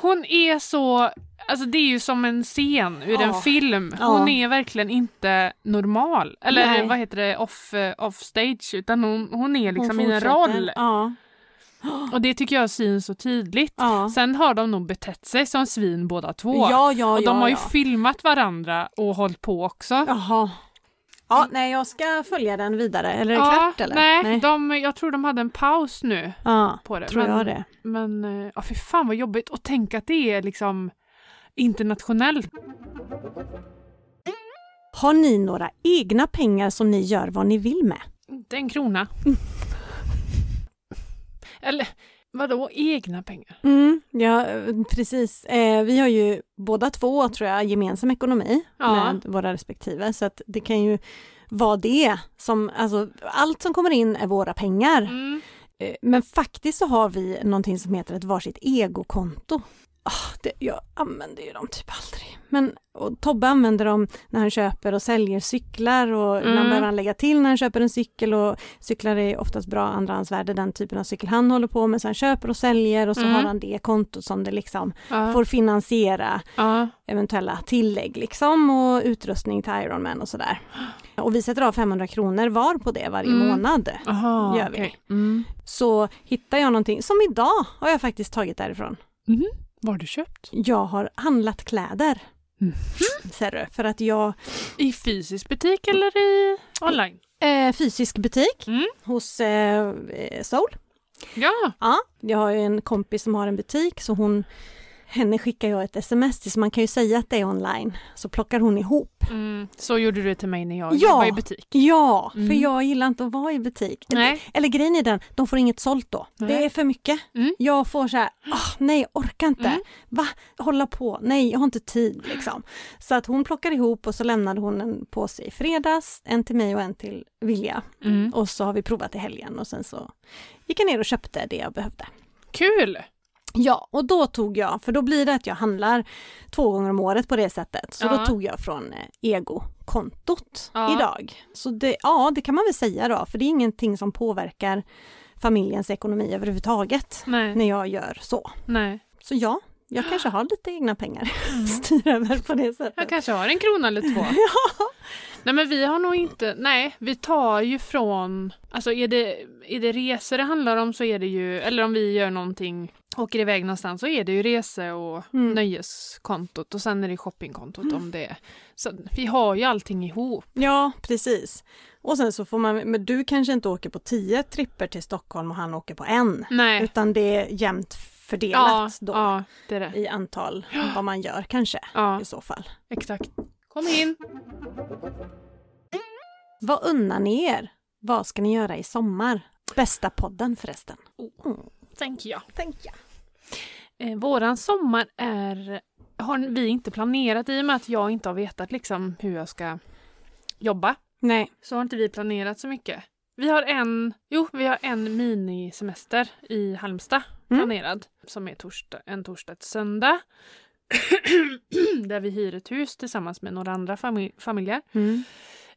Hon är så... Alltså det är ju som en scen ur en
Ja.
film.
Ja.
Hon är verkligen inte normal. Eller
Nej.
vad heter det? Off, eh, off stage. Utan hon, hon är liksom
hon
i en
fortsätter.
roll.
Ja.
Och det tycker jag syns så tydligt.
Ja.
Sen har de nog betett sig som svin båda två.
Ja, ja,
och de
ja,
har ju
ja.
filmat varandra och hållit på också.
Jaha. Ja, nej jag ska följa den vidare. Eller är det
Ja,
klart eller?
Nej, De, jag tror de hade en paus nu
Ja,
på det.
tror
men,
jag det.
Men eh, ja, fy fan vad jobbigt. Och tänk att det är liksom internationellt.
Har ni några egna pengar som ni gör vad ni vill med?
Inte en krona. Eller vadå egna pengar?
Mm, ja, precis. Eh, vi har ju båda två, tror jag, gemensam ekonomi
Ja.
med våra respektive, så att det kan ju vara det som, alltså allt som kommer in är våra pengar.
Mm.
Eh, Men faktiskt så har vi någonting som heter ett varsitt egokonto. Ah, det, jag använder ju dem typ aldrig. Men och Tobbe använder dem när han köper och säljer cyklar och ibland
Mm.
behöver han lägga till när han köper en cykel och cyklar är oftast bra andrahandsvärde, den typen av cykel han håller på med. Så han köper och säljer och så
Mm.
har han det kontot som det liksom
Ja,
får finansiera
ja.
eventuella tillägg liksom och utrustning till Ironman och sådär. Och vi sätter av 500 kronor var på det varje
Mm.
månad.
Aha,
Gör vi.
okej. Mm.
så hittar jag någonting, som idag har jag faktiskt tagit därifrån.
Vad har du köpt?
Jag har handlat kläder.
Mhm.
Ser du? För att jag,
I fysisk butik eller i online?
eh, fysisk butik
Mm.
hos eh, eh, Soul.
Ja.
Ja, jag har ju en kompis som har en butik så hon, henne skickar jag ett sms till så man kan ju säga att det är online. Så plockar hon ihop.
Mm. Så gjorde du det till mig när jag
Ja.
jobbade i butik.
Ja, för
Mm.
jag gillar inte att vara i butik.
Nej.
Eller grejen är den, de får inget sålt då.
Nej.
Det är för mycket.
Mm.
Jag får så här, ah, nej jag orkar inte.
Mm.
Va? Hålla på, nej jag har inte tid liksom. Så att hon plockar ihop och så lämnade hon en påse i fredags, en till mig och en till Vilja.
Mm.
Och så har vi provat i helgen och sen så gick jag ner och köpte det jag behövde.
Kul!
Ja, och då tog jag, för då blir det att jag handlar två gånger om året på det sättet. Så
Ja.
då tog jag från eh, egokontot
Ja.
idag. Så det, ja, det kan man väl säga då, för det är ingenting som påverkar familjens ekonomi överhuvudtaget
Nej.
när jag gör så.
Nej.
Så ja, jag kanske har lite egna pengar att styra över på det sättet.
Mm. Jag kanske har en krona eller två. Nej men vi har nog inte, nej vi tar ju från, alltså är det, är det resor det handlar om så är det ju, eller om vi gör någonting, åker iväg någonstans så är det ju rese och
Mm.
nöjeskontot och sen är det shoppingkontot om det. Så vi har ju allting ihop.
Ja, precis. Och sen så får man, men du kanske inte åker på tio tripper till Stockholm och han åker på en,
Nej.
utan det är jämnt
Ja,
fördelat då.
ja, det är det.
i antal vad man gör kanske
Ja,
i så fall.
exakt. Kom in.
Vad unnar ni er? Vad ska ni göra i sommar? Bästa podden förresten. Mm,
Tänker jag.
tänker jag.
Eh, våran sommar är, har vi inte planerat i och med att jag inte har vetat liksom hur jag ska jobba.
Nej.
så har inte vi planerat så mycket. Vi har en, jo, vi har en minisemester i Halmstad
Mm.
planerad som är torsdag, en torsdag till söndag. där vi hyr ett hus tillsammans med några andra fami- familjer.
Mm.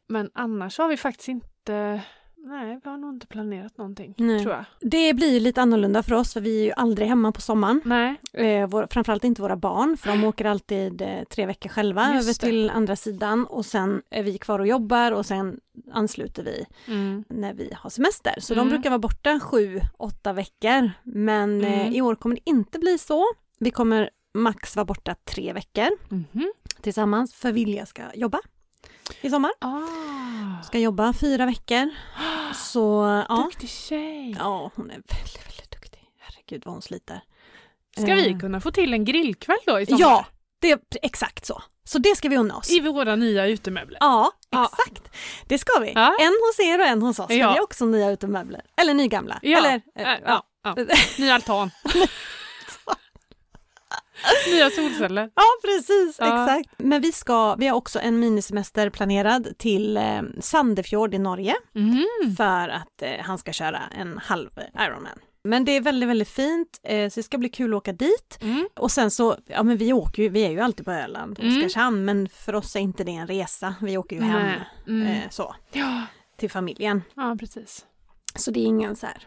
Men annars har vi faktiskt inte, nej, vi har nog inte planerat någonting
Nej.
tror jag.
Det blir ju lite annorlunda för oss för vi är ju aldrig hemma på sommaren.
Nej,
Eh, vår, framförallt inte våra barn för de åker alltid eh, tre veckor själva
Just
över
det.
till andra sidan och sen är vi kvar och jobbar och sen ansluter vi
mm.
när vi har semester. Så
Mm.
de brukar vara borta sju, åtta veckor. Men
Mm.
eh, i år kommer det inte bli så. Vi kommer max vara borta tre veckor
Mhm.
tillsammans för Vilja ska jobba i sommar.
Ah,
Ska jobba fyra veckor. Så ja,
duktig tjej.
ja hon är väldigt, väldigt duktig. Herregud vad hon sliter.
Ska vi
Eh,
kunna få till en grillkväll då i sommar?
Ja, det är exakt så. Så det ska vi unna oss.
I våra nya utemöbler.
Ja,
Ja.
exakt. Det ska vi.
Ja.
En hos er och en hos oss. för
Ja.
Vi har också nya utemöbler. Eller eh, nygamla.
Äh, Ja.
Eller, eh,
Äh, ja. ja. Ny altan. Nya solceller.
Ja, precis,
Ja.
exakt. Men vi, ska, vi har också en minisemester planerad till eh, Sandefjord i Norge
Mhm. Mm.
för att eh, han ska köra en halv Ironman. Men det är väldigt, väldigt fint, eh, så det ska bli kul att åka dit.
Mm.
Och sen så, ja men vi åker ju, vi är ju alltid på Öland,
Mm.
Oskarshamn, men för oss är inte det en resa, vi åker ju hem
Nej. Mm.
eh, så,
Ja.
till familjen.
ja, precis.
Så det är ingen så här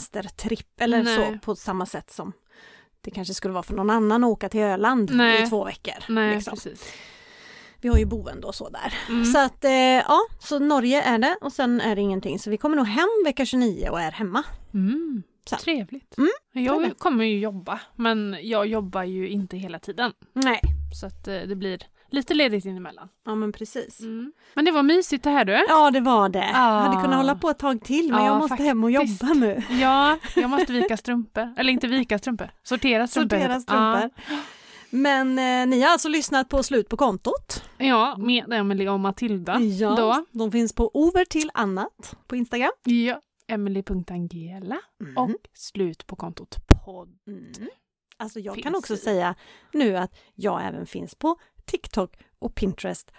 semestertripp eller
Nej.
så på samma sätt som det kanske skulle vara för någon annan att åka till Öland
Nej.
i två veckor.
Nej,
liksom.
precis.
Vi har ju boende och så där.
Mm.
Så att eh, ja, så Norge är det och sen är det ingenting. Så vi kommer nog hem vecka 29 och är hemma.
Mm.
Så.
Trevligt.
Mm,
Jag
trevligt.
kommer ju jobba, men jag jobbar ju inte hela tiden.
Nej.
Så att eh, det blir lite ledigt inemellan.
Ja men precis.
Mm. Men det var mysigt det här du.
Ja det var det.
Ah.
Jag hade kunnat hålla på ett tag till men
Ja,
jag måste hem och
faktiskt.
jobba nu.
Ja, jag måste vika strumpor. Eller inte vika strumpor, sortera strumpor.
Sortera
heter det. Ah.
strumpor. Men eh, ni har alltså lyssnat på Slut på kontot.
Ja, ja med Emelie och Matilda.
Mm.
Då.
De finns på Over till annat på Instagram.
Ja. Emily.angela
Mm.
och slut på kontot podd.
Mm. Alltså jag
Finns
kan också
i.
säga nu att jag även finns på TikTok och Pinterest,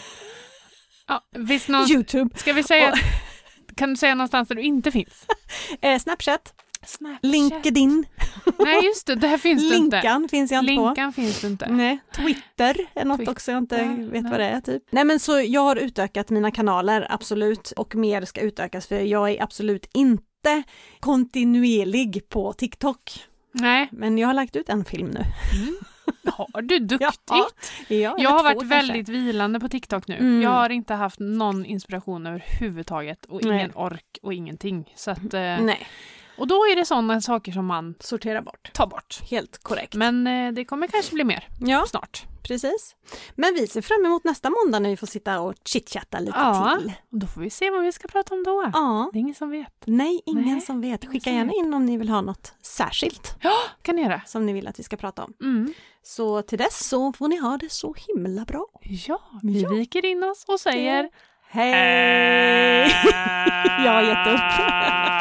Ja, visst någon...
YouTube,
Ska vi säga... Kan du säga någonstans där du inte finns?
eh, Snapchat,
Snapchat.
LinkedIn,
Nej just det, där finns du inte.
Linkan finns jag inte på.
Linkan finns du inte.
Nej, Twitter är något
Twitter,
också jag inte vet
nej.
vad det är typ. Nej men så jag har utökat mina kanaler absolut och mer ska utökas för jag är absolut inte kontinuerlig på TikTok.
Nej.
Men jag har lagt ut en film nu.
Mm. Har du duktigt?
Ja, jag,
Jag har
två
varit
kanske.
väldigt vilande på TikTok nu.
Mm.
Jag har inte haft någon inspiration överhuvudtaget och ingen
Nej.
ork och ingenting. Så att, eh,
Nej,
och då är det sådana saker som man
sortera bort.
tar bort.
Helt korrekt.
Men eh, det kommer kanske bli mer
ja.
snart.
Precis. Men vi ser fram emot nästa måndag när vi får sitta och chitchatta lite
Ja.
till.
Och då får vi se vad vi ska prata om då.
Ja.
Det är ingen som vet.
Nej, ingen
Nej,
som vet.
ingen
Skicka
som
gärna in om ni vill ha något särskilt
kan ni göra.
som ni vill att vi ska prata om.
Mm.
Så till dess så får ni ha det så himla bra.
Ja, vi
Ja.
viker in oss och säger
Hej! Jag har gett upp.